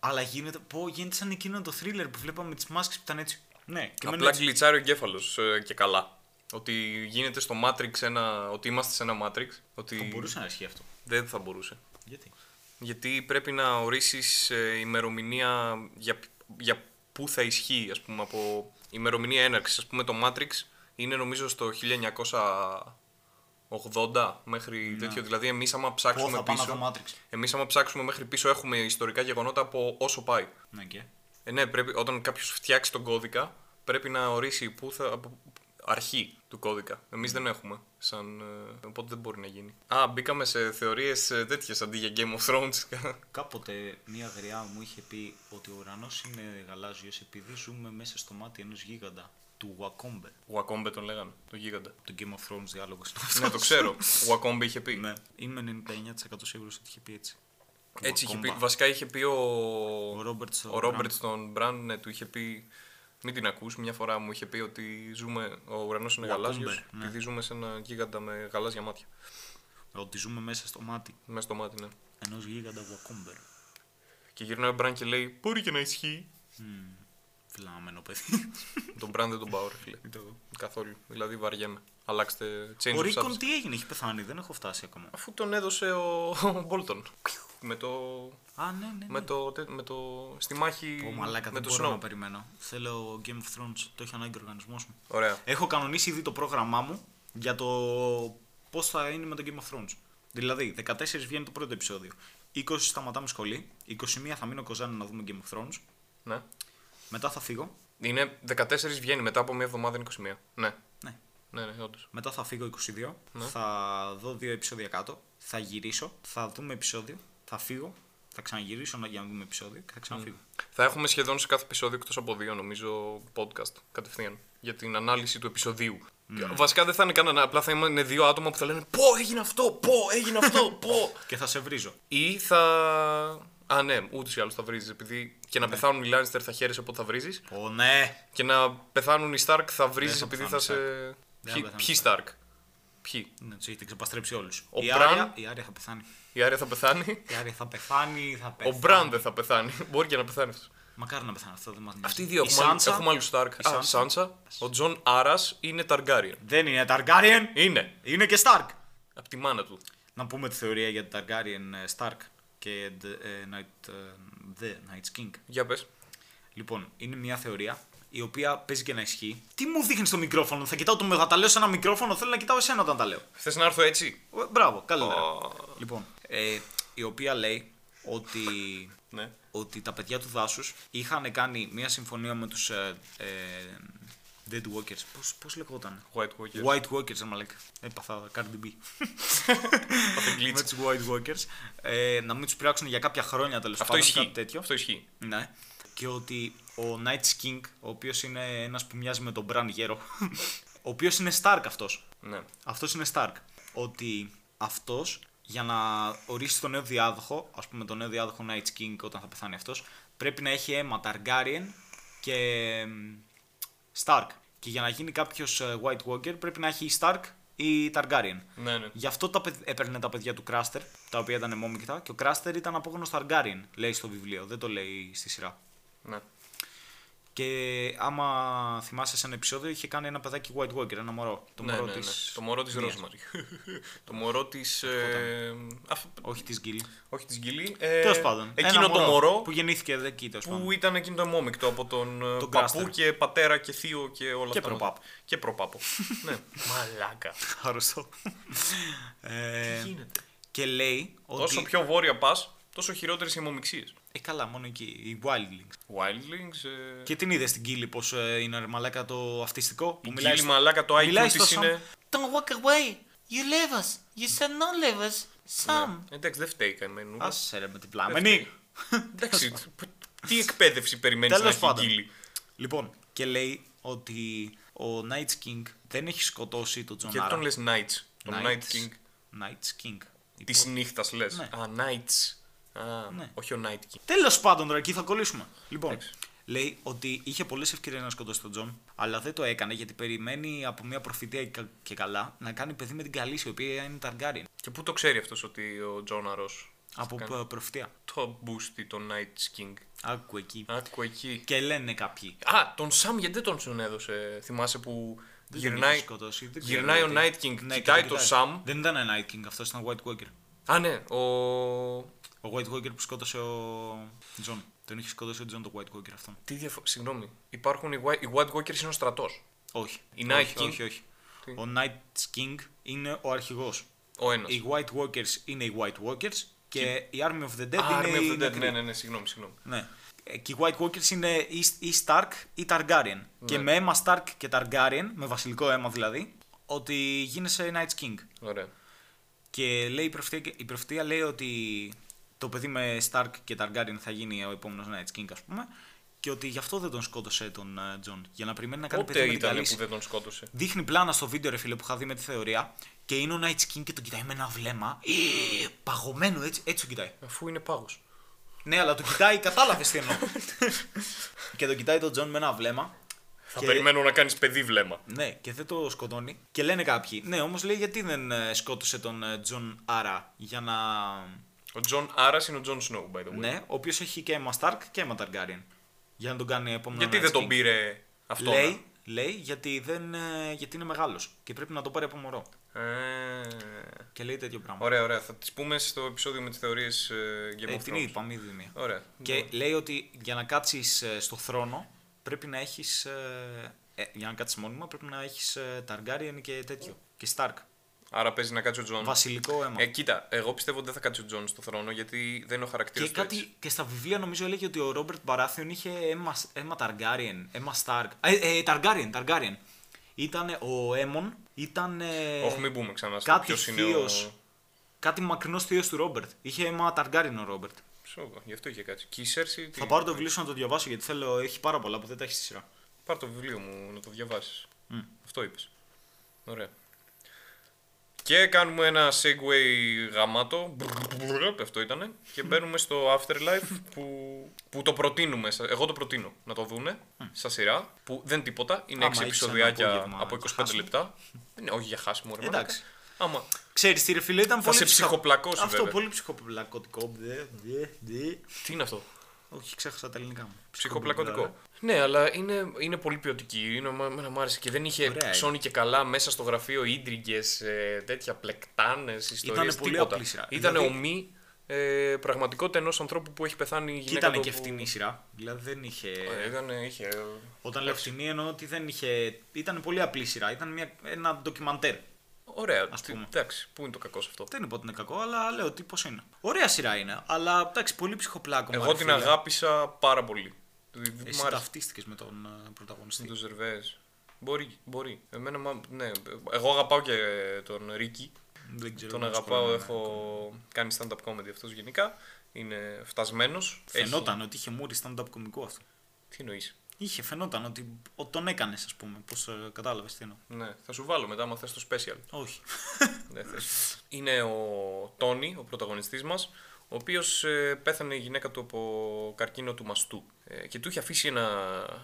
Speaker 2: Αλλά γίνεται, πω, γίνεται σαν εκείνο το thriller που βλέπαμε τις μάσκες που ήταν έτσι. Ναι, και μένουν
Speaker 1: Απλά
Speaker 2: έτσι.
Speaker 1: γλιτσάρει ο εγκέφαλος και καλά. Ότι γίνεται στο Matrix ένα. ότι είμαστε σε ένα Matrix. Ότι
Speaker 2: Θα μπορούσε να ισχύει αυτό.
Speaker 1: δεν θα μπορούσε.
Speaker 2: Γιατί.
Speaker 1: Γιατί πρέπει να ορίσεις ημερομηνία για, για πού θα ισχύει, ας πούμε, από ημερομηνία έναρξης. Ας πούμε, το Matrix είναι νομίζω στο 1980 μέχρι τέτοιο. Δηλαδή, εμείς άμα
Speaker 2: Πω,
Speaker 1: ψάξουμε
Speaker 2: θα πάω να
Speaker 1: πίσω.
Speaker 2: δω Matrix.
Speaker 1: Εμείς, άμα ψάξουμε μέχρι πίσω, έχουμε ιστορικά γεγονότα από όσο πάει.
Speaker 2: Ναι, και.
Speaker 1: Ε, ναι, πρέπει, όταν κάποιος φτιάξει τον κώδικα, πρέπει να ορίσει πού θα. από- αρχή του κώδικα. Εμείς δεν έχουμε. Σαν, ε, οπότε δεν μπορεί να γίνει. Α, μπήκαμε σε θεωρίες τέτοιες αντί για Game of Thrones.
Speaker 2: Κάποτε μία γριά μου είχε πει ότι ο ουρανός είναι γαλάζιος επειδή ζούμε μέσα στο μάτι ενός γίγαντα. Του Wakombe.
Speaker 1: Wakombe τον λέγανε, το γίγαντα.
Speaker 2: Το Game of Thrones διάλογος.
Speaker 1: ναι, το ξέρω. Wakombe είχε πει.
Speaker 2: Ναι. Είμαι 99% σίγουρος ότι είχε πει έτσι.
Speaker 1: Έτσι είχε πει.
Speaker 2: Wakomba.
Speaker 1: Βασικά είχε πει ο.
Speaker 2: Ο Ρόμπερτ
Speaker 1: Ο Ρόμπερτ στον Μπραν, ναι, του είχε πει. Μην την ακούς, μια φορά μου είχε πει ότι ζούμε, ο ουρανός είναι
Speaker 2: Wakombe,
Speaker 1: γαλάζιος,
Speaker 2: ναι.
Speaker 1: επειδή ζούμε σε ένα γίγαντα με γαλάζια μάτια.
Speaker 2: Ότι ζούμε μέσα στο μάτι
Speaker 1: Μέσα στο μάτι, ναι.
Speaker 2: ενός γίγαντα Βακόμπερ.
Speaker 1: Και γυρνάει ο Μπραν και λέει: Μπορεί και να ισχύει.
Speaker 2: Φιλάμενο παιδί.
Speaker 1: τον Μπραν δεν τον πάω, ρε φίλε. Καθόλου. Δηλαδή βαριέμαι. Αλλάξτε. Change
Speaker 2: Ο
Speaker 1: of
Speaker 2: Ρίκον
Speaker 1: substance.
Speaker 2: τι έγινε, έχει πεθάνει, δεν έχω φτάσει ακόμα.
Speaker 1: Αφού τον έδωσε ο, ο Μπόλτον. με το.
Speaker 2: Α, ναι, ναι. ναι.
Speaker 1: με το. τε- με το. στη μάχη.
Speaker 2: Πω, μαλάκα,
Speaker 1: με
Speaker 2: δεν
Speaker 1: το
Speaker 2: μπορώ να
Speaker 1: Snow.
Speaker 2: περιμένω. Θέλω Game of Thrones, το έχει ανάγκη ο οργανισμός μου.
Speaker 1: Ωραία.
Speaker 2: Έχω κανονίσει ήδη το πρόγραμμά μου για το πώς θα είναι με το Game of Thrones. Δηλαδή, 14 βγαίνει το πρώτο επεισόδιο. 20 σταματάμε σχολή. 21 θα μείνω Κοζάνη να δούμε Game of Thrones.
Speaker 1: Ναι.
Speaker 2: Μετά θα φύγω.
Speaker 1: Είναι 14 βγαίνει μετά από μια εβδομάδα είναι 21. Ναι.
Speaker 2: Ναι.
Speaker 1: Ναι, ναι, όντως.
Speaker 2: Μετά θα φύγω 22.
Speaker 1: Ναι.
Speaker 2: Θα δω δύο επεισόδια κάτω. Θα γυρίσω. Θα δούμε επεισόδιο. Θα φύγω. Θα ξαναγυρίσω να- για να δούμε επεισόδιο και θα ξαναφύγω.
Speaker 1: Θα έχουμε σχεδόν σε κάθε επεισόδιο εκτός από δύο, νομίζω, podcast κατευθείαν για την ανάλυση του επεισοδίου.
Speaker 2: Ναι.
Speaker 1: Βασικά δεν θα είναι κανένα, απλά θα είναι δύο άτομα που θα λένε Πω, έγινε αυτό, πω, έγινε αυτό, πω.
Speaker 2: Και θα σε βρίζω.
Speaker 1: Ή θα. Α, ναι, ούτως ή άλλως θα βρίζεις. Επειδή και
Speaker 2: Ναι.
Speaker 1: να πεθάνουν οι Λάνιστερ θα χαίρεσαι πότε θα βρίζεις.
Speaker 2: Ω ναι!
Speaker 1: Και να πεθάνουν οι Σταρκ θα βρίζεις
Speaker 2: θα
Speaker 1: επειδή θα
Speaker 2: πεθάνουν
Speaker 1: σε.
Speaker 2: οι Δεν θα
Speaker 1: Ποιοι-
Speaker 2: πεθάνουν οι
Speaker 1: Ποιοι Σταρκ. Ποιοι.
Speaker 2: Ναι, τους έχετε ξεπαστρέψει όλους.
Speaker 1: Ο
Speaker 2: η,
Speaker 1: Μπραν-
Speaker 2: Άρια, η Άρια θα πεθάνει.
Speaker 1: Η Άρια θα πεθάνει.
Speaker 2: Η Άρια θα πεθάνει, Ε, θα
Speaker 1: Ο
Speaker 2: πεθάνει.
Speaker 1: Μπραν δεν θα πεθάνει. Μπορεί και να πεθάνει αυτός.
Speaker 2: Μακάρι να πεθάνει αυτό, δεν μας νοιάζει.
Speaker 1: Αυτοί οι δύο
Speaker 2: Η
Speaker 1: έχουμε, άλλου-
Speaker 2: Σάντσα
Speaker 1: έχουμε άλλους Σταρκ.
Speaker 2: η
Speaker 1: Α,
Speaker 2: Σάντσα.
Speaker 1: Σάντσα. Ο Τζον Άρα είναι Ταργκάριεν.
Speaker 2: Δεν είναι Ταργκάριεν,
Speaker 1: Είναι.
Speaker 2: είναι και Σταρκ.
Speaker 1: Από τη μάνα του.
Speaker 2: Να πούμε τη θεωρία για τον Ταργκάριεν ε, Σταρκ και the, ε, Night, ε, the Night's King.
Speaker 1: Για πες.
Speaker 2: Λοιπόν, είναι μια θεωρία η οποία παίζει και να ισχύει. Τι μου δείχνεις το μικρόφωνο, θα κοιτάω το μεγαταλέω σε ένα μικρόφωνο, θέλω να κοιτάω εσένα όταν τα λέω.
Speaker 1: Θες να έρθω έτσι.
Speaker 2: Ε, Μπράβο, καλύτερα.
Speaker 1: Ω.
Speaker 2: Λοιπόν, ε, η οποία λέει ότι,
Speaker 1: Ναι.
Speaker 2: ότι τα παιδιά του δάσους είχαν κάνει μια συμφωνία με τους ε, ε, Dead Walkers. Πώς, πώς λεγόταν.
Speaker 1: White Walker.
Speaker 2: White Walkers, άμα λέτε. Έπαθα Cardi B.
Speaker 1: glitch.
Speaker 2: με τους White Walkers. Ε, να μην τους πειράξουν για κάποια χρόνια τέλος
Speaker 1: Αυτό
Speaker 2: πάντων.
Speaker 1: ισχύει.
Speaker 2: Κάτι τέτοιο.
Speaker 1: Αυτό ισχύει.
Speaker 2: Ναι. Και ότι ο Night's King, ο οποίος είναι ένας που μοιάζει με τον Bran Γέρο, ο οποίος είναι Stark αυτός.
Speaker 1: Ναι.
Speaker 2: Αυτός είναι Stark. Ότι αυτός για να ορίσει τον νέο διάδοχο, ας πούμε τον νέο διάδοχο Night King όταν θα πεθάνει αυτός, πρέπει να έχει αίμα Targaryen και εμ, Stark. Και για να γίνει κάποιος White Walker πρέπει να έχει ή Stark ή Targaryen.
Speaker 1: Ναι, ναι.
Speaker 2: Γι' αυτό τα παιδ- έπαιρνε τα παιδιά του Κράστερ, τα οποία ήταν μόμικτα, και ο Κράστερ ήταν απόγονο Targaryen, λέει στο βιβλίο, δεν το λέει στη σειρά.
Speaker 1: ναι.
Speaker 2: Και άμα θυμάσαι σε ένα επεισόδιο, είχε κάνει ένα παιδάκι White Walker, ένα μωρό. Το
Speaker 1: Ναι,
Speaker 2: μωρό
Speaker 1: ναι, ναι.
Speaker 2: της
Speaker 1: Το μωρό της
Speaker 2: Μίας.
Speaker 1: Ρόσμαρη. το μωρό της. Ε, αφ-
Speaker 2: Όχι της Γκίλ.
Speaker 1: όχι της Γκυλή. Ε,
Speaker 2: Τέλος πάντων.
Speaker 1: Εκείνο
Speaker 2: ένα
Speaker 1: το μωρό
Speaker 2: που γεννήθηκε εδώ εκεί, τέλος
Speaker 1: που
Speaker 2: πάντων.
Speaker 1: ήταν εκείνο το μόμικτο από τον, ε,
Speaker 2: Τον
Speaker 1: παππού
Speaker 2: Craster.
Speaker 1: και πατέρα και θείο και όλα
Speaker 2: Και
Speaker 1: αυτά.
Speaker 2: προπάπο.
Speaker 1: Και προπάπο. ναι. Μαλάκα.
Speaker 2: Άρρωστο. ε,
Speaker 1: Γίνεται.
Speaker 2: και λέει ότι.
Speaker 1: Όσο πιο βόρεια πας, τόσο χειρότερες οι μομιξίε.
Speaker 2: Ε, καλά, μόνο εκεί. Οι Wildlings.
Speaker 1: Wildlings. Ε...
Speaker 2: Και την είδες στην Κίλη πώ είναι ρε μαλάκα το αυτιστικό που
Speaker 1: Η
Speaker 2: μιλάει.
Speaker 1: Γκίλη
Speaker 2: στο-
Speaker 1: μαλάκα το IQ
Speaker 2: μιλάει στο
Speaker 1: τη
Speaker 2: Sam.
Speaker 1: είναι.
Speaker 6: Don't walk away. You leave us. You said no leave us. Sam.
Speaker 1: Ναι. Εντάξει, δεν φταίει κανένας.
Speaker 2: Άσε ρε με την πλάμενη.
Speaker 1: Εντάξει, τ- τι εκπαίδευση περιμένεις να
Speaker 2: Τέλος
Speaker 1: έχει η
Speaker 2: πάντων.
Speaker 1: Γκίλη.
Speaker 2: λοιπόν, και λέει ότι ο Night King δεν έχει σκοτώσει τον Τζον
Speaker 1: Και τον λες Knights. Τον Night King.
Speaker 2: Night King.
Speaker 1: Της νύχτας λες.
Speaker 2: Ναι.
Speaker 1: Α, Knights. Α, όχι ο Night King.
Speaker 2: Τέλος πάντων, τώρα εκεί θα κολλήσουμε. Λοιπόν,
Speaker 1: Εντάξει.
Speaker 2: λέει ότι είχε πολλές ευκαιρίες να σκοτώσει τον Τζον, αλλά δεν το έκανε γιατί περιμένει από μια προφητεία και- και καλά να κάνει παιδί με την Καλύση, η οποία είναι Ταργκάριν.
Speaker 1: Και πού το ξέρει αυτός ότι ο Τζόναρο.
Speaker 2: Από
Speaker 1: κάνει.
Speaker 2: προ- προφητεία.
Speaker 1: Το μπούστι τον Night King.
Speaker 2: Άκου εκεί.
Speaker 1: Άκου εκεί.
Speaker 2: Και λένε κάποιοι.
Speaker 1: Α, τον Σαμ γιατί δεν τον τον έδωσε. Θυμάσαι που
Speaker 2: Δεν τον
Speaker 1: γυρνάει,
Speaker 2: είχε σκοτώσει, δεν ξέρω
Speaker 1: γυρνάει ο
Speaker 2: γιατί.
Speaker 1: Night King,
Speaker 2: Ναι,
Speaker 1: κοιτάει
Speaker 2: και
Speaker 1: τον Σαμ.
Speaker 2: Δεν ήταν Night King, αυτός ήταν White Walker.
Speaker 1: Α, ναι, ο.
Speaker 2: Ο White Walker που σκότωσε ο Τζον. Τον είχε σκοτώσει ο Τζον το White Walker αυτόν.
Speaker 1: Τι διαφο... Συγγνώμη. Υπάρχουν οι White, οι White Walkers είναι ο στρατός.
Speaker 2: Όχι.
Speaker 1: Η Night
Speaker 2: όχι,
Speaker 1: King.
Speaker 2: Όχι, όχι. Ο Night King είναι ο αρχηγός.
Speaker 1: Ο ένας.
Speaker 2: Οι White Walkers είναι οι White Walkers και η Army of the Dead
Speaker 1: Army
Speaker 2: είναι
Speaker 1: of
Speaker 2: οι
Speaker 1: the Dead.
Speaker 2: νεκροί.
Speaker 1: Ναι, ναι, ναι, συγγνώμη, συγγνώμη.
Speaker 2: Ναι. Ε, Και οι White Walkers είναι ή, ή Stark ή
Speaker 1: Ναι.
Speaker 2: Targaryen. Και με αίμα Stark και Targaryen, με βασιλικό αίμα δηλαδή, ότι γίνεσαι Night's King.
Speaker 1: Ωραία.
Speaker 2: Και λέει η προφητεία, η προφητεία λέει ότι το παιδί με Stark και Targaryen θα γίνει ο επόμενος Night's King, ας πούμε. Και ότι γι' αυτό δεν τον σκότωσε τον Τζον. Για να περιμένει να κάνει
Speaker 1: Πότε
Speaker 2: παιδί με την
Speaker 1: ήταν
Speaker 2: καλή
Speaker 1: που
Speaker 2: σου.
Speaker 1: δεν τον σκότωσε.
Speaker 2: Δείχνει πλάνα στο βίντεο, ρε φίλε, που είχα δει με τη θεωρία. Και είναι ο Night's King και τον κοιτάει με ένα βλέμμα. ε, Παγωμένο έτσι, έτσι τον κοιτάει.
Speaker 1: Αφού είναι πάγος.
Speaker 2: Ναι, αλλά το κοιτάει, κατάλαβες τι εννοώ. και τον κοιτάει τον Τζον με ένα βλέμμα.
Speaker 1: Θα
Speaker 2: Και-
Speaker 1: περιμένω να κάνεις παιδί βλέμμα.
Speaker 2: Ναι, και δεν το σκοτώνει. Και λένε κάποιοι. Ναι, όμως λέει γιατί δεν ε, σκότωσε τον ε, Τζον Άρα για να.
Speaker 1: Ο Τζον Άρας είναι ο Τζον Σνόου, by the way.
Speaker 2: Ναι, ο οποίος έχει και αίμα Σταρκ και αίμα Ταργκάριεν. Για να τον κάνει επόμενο.
Speaker 1: Γιατί
Speaker 2: Night
Speaker 1: δεν τον
Speaker 2: King.
Speaker 1: πήρε αυτό. ναι.
Speaker 2: Λέει, λέει γιατί, δεν, ε, γιατί είναι μεγάλος και πρέπει να το πάρει από μωρό.
Speaker 1: να? Ε,
Speaker 2: Και λέει τέτοιο πράγμα.
Speaker 1: Ωραία, ωραία. Θα τις πούμε στο επεισόδιο με τις θεωρίες ε, Game
Speaker 2: Ε,
Speaker 1: of
Speaker 2: την
Speaker 1: Thrones.
Speaker 2: είπαμε ήδη μία.
Speaker 1: Ωραία.
Speaker 2: Και λέει ότι για να κάτσεις ε, στο θρόνο πρέπει να έχεις... ε, ε, για να κάτσεις μόνιμα πρέπει να έχεις ε, Targaryen και τέτοιο. Και Stark.
Speaker 1: Άρα παίζει να κάτσει ο Τζον.
Speaker 2: Βασιλικό αίμα.
Speaker 1: Ε, κοίτα, εγώ πιστεύω ότι δεν θα κάτσει ο Τζον στο θρόνο γιατί δεν είναι ο χαρακτήρας
Speaker 2: και,
Speaker 1: του.
Speaker 2: κάτι,
Speaker 1: έτσι.
Speaker 2: και στα βιβλία νομίζω έλεγε ότι ο Ρόμπερτ Μπαράθιον είχε αίμα, αίμα Targaryen, αίμα Stark. Ε, ε, Targaryen, Targaryen. Ήταν ο Έμον, ήταν ε,
Speaker 1: Όχι, μην πούμε ξανά. στο
Speaker 2: κάτι
Speaker 1: ποιος είναι ο.
Speaker 2: θείος, κάτι μακρινός θείος του Ρόμπερτ. Είχε αίμα Targaryen ο Ρόμπερτ.
Speaker 1: Σόγο, γι' αυτό είχε κάτσει. Και η Σέρση.
Speaker 2: Θα πάρω το βιβλίο σου να το διαβάσω γιατί θέλω, έχει πάρα πολλά που δεν τα έχεις στη σειρά.
Speaker 1: Πάρ το βιβλίο μου να το διαβάσεις. Αυτό είπες. Ωραία. Και κάνουμε ένα segue γαμάτο. Αυτό ήταν. Και μπαίνουμε στο Afterlife που, που το προτείνουμε. σα- Εγώ το προτείνω να το δούνε στα σειρά. Που δεν τίποτα. Είναι
Speaker 2: Άμα
Speaker 1: 6
Speaker 2: έχεις ένα
Speaker 1: επεισοδιάκια
Speaker 2: απόγευμα
Speaker 1: από
Speaker 2: να
Speaker 1: 25
Speaker 2: χάσουμε.
Speaker 1: λεπτά. Ναι, όχι για χάσιμο, ρε
Speaker 2: Εντάξει.
Speaker 1: μαλάκα. Άμα.
Speaker 2: Ξέρεις τι ρε φίλε, ήταν πολύ
Speaker 1: σε
Speaker 2: ψυχα-
Speaker 1: ψυχοπλακώσει,
Speaker 2: Αυτό,
Speaker 1: βέβαια.
Speaker 2: πολύ ψυχοπλακωτικό. Δε, δε, δε.
Speaker 1: Τι είναι αυτό.
Speaker 2: Όχι, ξέχασα τα ελληνικά μου.
Speaker 1: Ψυχοπλακωτικό. Ναι, αλλά είναι, είναι πολύ ποιοτική. Είναι, μα- εμένα μου άρεσε και δεν είχε
Speaker 2: Ωραία, ε.
Speaker 1: ψώνει και καλά μέσα στο γραφείο ίντριγκες, τέτοια πλεκτάνες, ιστορίε.
Speaker 2: Ήτανε πολύ
Speaker 1: τίποτα.
Speaker 2: απλή σειρά.
Speaker 1: Ήταν
Speaker 2: Δηλαδή-
Speaker 1: ομή ε, πραγματικότητα ενός ανθρώπου που έχει πεθάνει η
Speaker 2: Και
Speaker 1: γυναίκα.
Speaker 2: ήταν
Speaker 1: του
Speaker 2: και
Speaker 1: που-
Speaker 2: φτηνή σειρά. Δηλαδή δεν είχε.
Speaker 1: Ε, ήτανε- είχε. ε,
Speaker 2: Όταν λέω φτηνή εννοώ ότι δεν είχε. Ήταν πολύ απλή σειρά. Ήταν μια, ένα ντοκιμαντέρ.
Speaker 1: Ωραία.
Speaker 2: Ας
Speaker 1: τι-
Speaker 2: πούμε.
Speaker 1: Εντάξει, πού είναι το κακό σε αυτό.
Speaker 2: Δεν είπα ότι είναι κακό, αλλά λέω τι πώς είναι. Ωραία σειρά είναι, αλλά εντάξει, πολύ ψυχοπλάκωμα.
Speaker 1: Εγώ
Speaker 2: ρε
Speaker 1: την
Speaker 2: φίλε.
Speaker 1: αγάπησα πάρα πολύ.
Speaker 2: Εσύ
Speaker 1: Μ' άρεσε
Speaker 2: ταυτίστηκες με τον ε, πρωταγωνιστή.
Speaker 1: με τον Ζερβές. Μπορεί, μπορεί. Εμένα, μα- ναι. Εγώ αγαπάω και τον Ρίκη.
Speaker 2: Δεν ξέρω.
Speaker 1: Τον
Speaker 2: πώς
Speaker 1: αγαπάω,
Speaker 2: κολλάμε.
Speaker 1: έχω κάνει stand-up comedy αυτός γενικά. Είναι φτασμένος.
Speaker 2: Φαινόταν ότι είχε μουρι stand-up κωμικό αυτό.
Speaker 1: Έχει... Τι εννοείς.
Speaker 2: Είχε, φαινόταν ότι ο- τον έκανες, ας πούμε. Πώς κατάλαβες τι εννοώ.
Speaker 1: Ναι, θα σου βάλω μετά άμα θες το special.
Speaker 2: Όχι.
Speaker 1: Δεν θες. Είναι ο Τόνι, ο πρωταγωνιστής μας, ο οποίος ε, πέθανε η γυναίκα του από καρκίνο του μαστού. Ε, και του είχε αφήσει ένα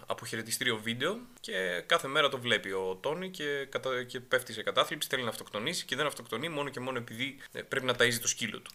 Speaker 1: αποχαιρετιστήριο βίντεο και κάθε μέρα το βλέπει ο Τόνι και, κατα... και πέφτει σε κατάθλιψη, θέλει να αυτοκτονήσει και δεν αυτοκτονεί μόνο και μόνο επειδή ε, πρέπει να ταΐζει το σκύλο του.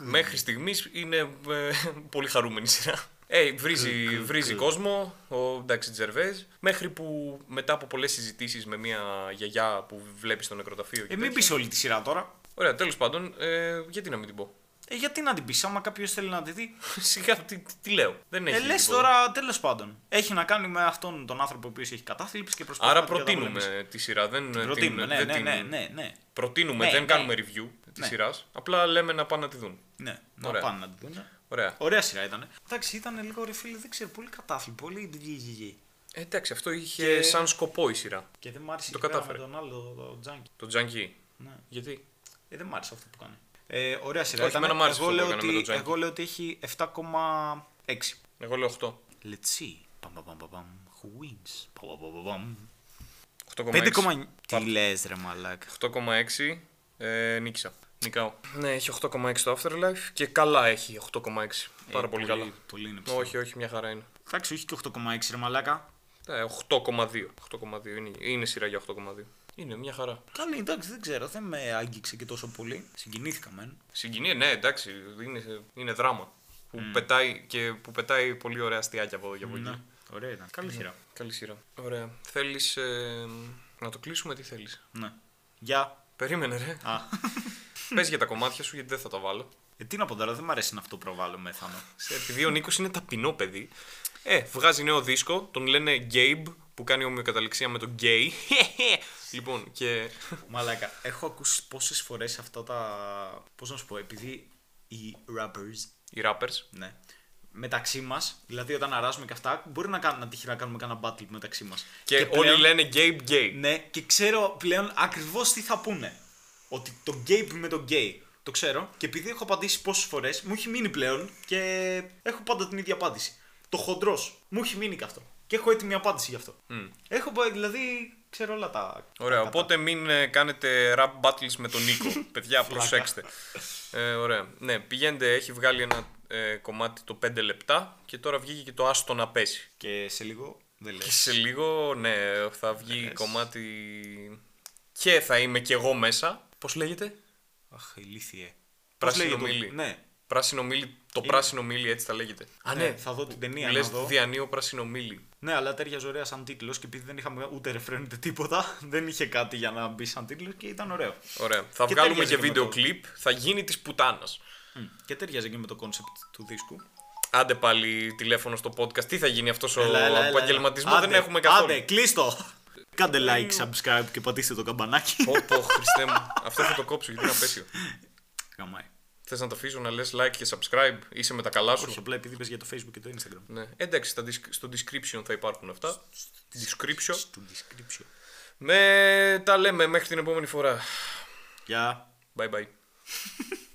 Speaker 1: Μέχρι στιγμής είναι ε, πολύ χαρούμενη σειρά. Ε, βρίζει, βρίζει κόσμο, ο εντάξει Τζερβέζ, μέχρι που μετά από πολλές συζητήσεις με μια γιαγιά που βλέπει στο νεκροταφείο. και
Speaker 2: Ε, μην
Speaker 1: τέτοια-
Speaker 2: πεις όλη τη σειρά τώρα.
Speaker 1: Ωραία, τέλος πάντων, ε, γιατί να μην την πω.
Speaker 2: Ε, γιατί να την πεις, άμα κάποιος θέλει να τη δει.
Speaker 1: Σιγά, τι, τι- τι λέω. Δεν έχει.
Speaker 2: Ε, λες
Speaker 1: τίποτα.
Speaker 2: τώρα, τέλος πάντων. Έχει να κάνει με αυτόν τον άνθρωπο που έχει κατάθλιψη και προσπαθεί.
Speaker 1: Άρα
Speaker 2: να την καταπολεμήσει.
Speaker 1: προτείνουμε τη σειρά. Δεν ε, την-
Speaker 2: Προτείνουμε, ναι,
Speaker 1: δεν
Speaker 2: ναι,
Speaker 1: την-
Speaker 2: ναι, ναι, ναι.
Speaker 1: Προτείνουμε,
Speaker 2: Ναι,
Speaker 1: δεν
Speaker 2: ναι.
Speaker 1: κάνουμε review τη
Speaker 2: Ναι.
Speaker 1: σειράς. Απλά λέμε να πάνε να τη δουν.
Speaker 2: Ναι, να
Speaker 1: Ωραία.
Speaker 2: πάνε να την δουν. ναι.
Speaker 1: Ωραία.
Speaker 2: Ωραία σειρά ήταν. Εντάξει, ήταν λίγο ρε φίλε, δεν ξέρω, πολύ κατάθλιψη. Πολύ γιγιγιγι.
Speaker 1: Ε, εντάξει, αυτό είχε
Speaker 2: Και-
Speaker 1: σαν σκοπό η σειρά.
Speaker 2: Και δεν μ' άρεσε
Speaker 1: Το
Speaker 2: εκεί πέρα
Speaker 1: κατάφερε.
Speaker 2: με τον άλλο το Τζάνκι.
Speaker 1: Το Τζανκί.
Speaker 2: Ναι.
Speaker 1: Γιατί.
Speaker 2: Ε, δεν μ' άρεσε αυτό που κάνει. Ε, ωραία σειρά.
Speaker 1: Όχι,
Speaker 2: ήταν.
Speaker 1: εμένα μ' άρεσε
Speaker 2: εγώ,
Speaker 1: αυτό που
Speaker 2: λέω
Speaker 1: έκανε με
Speaker 2: ότι,
Speaker 1: τον Junkie.
Speaker 2: εγώ λέω ότι έχει 7,6.
Speaker 1: Εγώ λέω 8.
Speaker 2: Let's see. Παμ, παμ, παμ, παμ, παμ. Who wins? Παμ, παμ, παμ, παμ, παμ.
Speaker 1: 8,6.
Speaker 2: 5,9. Τι λες, ρε μαλάκα.
Speaker 1: 8,6 ε, νίκησα. Νικάω. Ναι, έχει 8,6 το Afterlife και καλά έχει 8,6. Πάρα Ε, πολύ, καλά.
Speaker 2: Ε, Πολύ είναι ψηλό.
Speaker 1: Όχι, όχι, μια χαρά είναι.
Speaker 2: Εντάξει, όχι και 8,6 ρε μαλάκα.
Speaker 1: Ε, 8,2. 8,2 είναι, είναι σειρά για 8,2. Είναι μια χαρά.
Speaker 2: Καλή, εντάξει, δεν ξέρω, δεν με άγγιξε και τόσο πολύ. Συγκινήθηκα μεν.
Speaker 1: Συγκινεί, ναι, εντάξει, είναι, είναι δράμα. Που, πετάει και, που πετάει πολύ ωραία αστιάκια από εδώ και από εκεί.
Speaker 2: Mm. Ναι. Ωραία ήταν. Καλή σειρά.
Speaker 1: Καλή σειρά. Ωραία. Θέλεις. να το κλείσουμε, τι θέλεις.
Speaker 2: Ναι. Γεια.
Speaker 1: Περίμενε, ρε.
Speaker 2: Α.
Speaker 1: Πες για τα κομμάτια σου, γιατί δεν θα τα βάλω.
Speaker 2: Ε, τι να πω τώρα, δεν μ' αρέσει να αυτό προβάλλω μέθανο.
Speaker 1: Σε- Επειδή ο Νίκος είναι ταπεινό παιδί, ε, βγάζει νέο δίσκο, τον λένε Gabe, που κάνει ομοιοκαταληξία με τον Gay. λοιπόν, και.
Speaker 2: Μαλάκα, έχω ακούσει πόσες φορές αυτά τα. Πώς να σου πω, επειδή οι rappers
Speaker 1: Οι rappers.
Speaker 2: Ναι. Μεταξύ μας, δηλαδή όταν αράζουμε και αυτά, μπορεί να, κάνουμε, να τύχει να κάνουμε κάνα battle μεταξύ μας.
Speaker 1: Και, όλοι λένε Gabe Gay.
Speaker 2: Ναι, και ξέρω πλέον ακριβώς τι θα πούνε. Ότι το gay με το gay. Το ξέρω. Και επειδή έχω απαντήσει πόσες φορές, μου έχει μείνει πλέον και έχω πάντα την ίδια απάντηση. Το χοντρός. Μου έχει μείνει και αυτό. Και έχω έτοιμη απάντηση γι' αυτό. Έχω πάει, δηλαδή, ξέρω όλα τα.
Speaker 1: Ωραία,
Speaker 2: τα-
Speaker 1: οπότε μην ε, κάνετε rap battles με τον Νίκο. Παιδιά,
Speaker 2: Φλάκα.
Speaker 1: προσέξτε. Ε, ωραία. Ναι, πηγαίνετε, έχει βγάλει ένα ε, κομμάτι το 5 λεπτά και τώρα βγήκε και το άστο να πέσει.
Speaker 2: Και σε λίγο Δεν λε.
Speaker 1: Και σε λίγο, ναι, θα βγει κομμάτι. Και θα είμαι κι εγώ μέσα. Πώς λέγεται?
Speaker 2: Αχ, ηλίθιε.
Speaker 1: Πράσινο
Speaker 2: Πώς λέγεται το-
Speaker 1: μήλι.
Speaker 2: Ναι.
Speaker 1: Πράσινο μήλι, το πράσινο μήλι έτσι τα λέγεται. Α,
Speaker 2: Ε. ναι, θα δω την ταινία, να
Speaker 1: Λε
Speaker 2: δω.
Speaker 1: διανύω πράσινο μήλι.
Speaker 2: Ναι, αλλά τέριαζε ωραία σαν τίτλος και επειδή δεν είχαμε ούτε ρεφρέν ούτε τίποτα, δεν είχε κάτι για να μπει σαν τίτλος και ήταν ωραίο.
Speaker 1: Ωραία. Θα βγάλουμε
Speaker 2: Και ταιριάζει
Speaker 1: και
Speaker 2: και με
Speaker 1: βίντεο
Speaker 2: το-
Speaker 1: κλιπ. Θα γίνει της πουτάνας.
Speaker 2: Μμ. Και τέριαζε και με το κόνσεπτ του δίσκου.
Speaker 1: Άντε πάλι τηλέφωνο στο podcast. Τι θα γίνει αυτός
Speaker 2: Έλα, έλα,
Speaker 1: ο
Speaker 2: έλα,
Speaker 1: επαγγελματισμός,
Speaker 2: έλα.
Speaker 1: δεν
Speaker 2: Άντε,
Speaker 1: έχουμε καθόλου.
Speaker 2: Άντε, κλείστο! Κάντε like, subscribe και πατήστε το καμπανάκι.
Speaker 1: Πω, πω, Χριστέ μου. αυτό θα το κόψω γιατί είναι απέσιο.
Speaker 2: Γαμάει.
Speaker 1: Θες να το αφήσω να λες like και subscribe, είσαι με τα καλά
Speaker 2: Όχι,
Speaker 1: σου.
Speaker 2: απλά επειδή πες για το facebook και το instagram.
Speaker 1: Ναι. Εντάξει, στα disc- στο description θα υπάρχουν αυτά. Description.
Speaker 2: Στο description.
Speaker 1: Με τα λέμε μέχρι την επόμενη φορά.
Speaker 2: Γεια.
Speaker 1: Bye bye.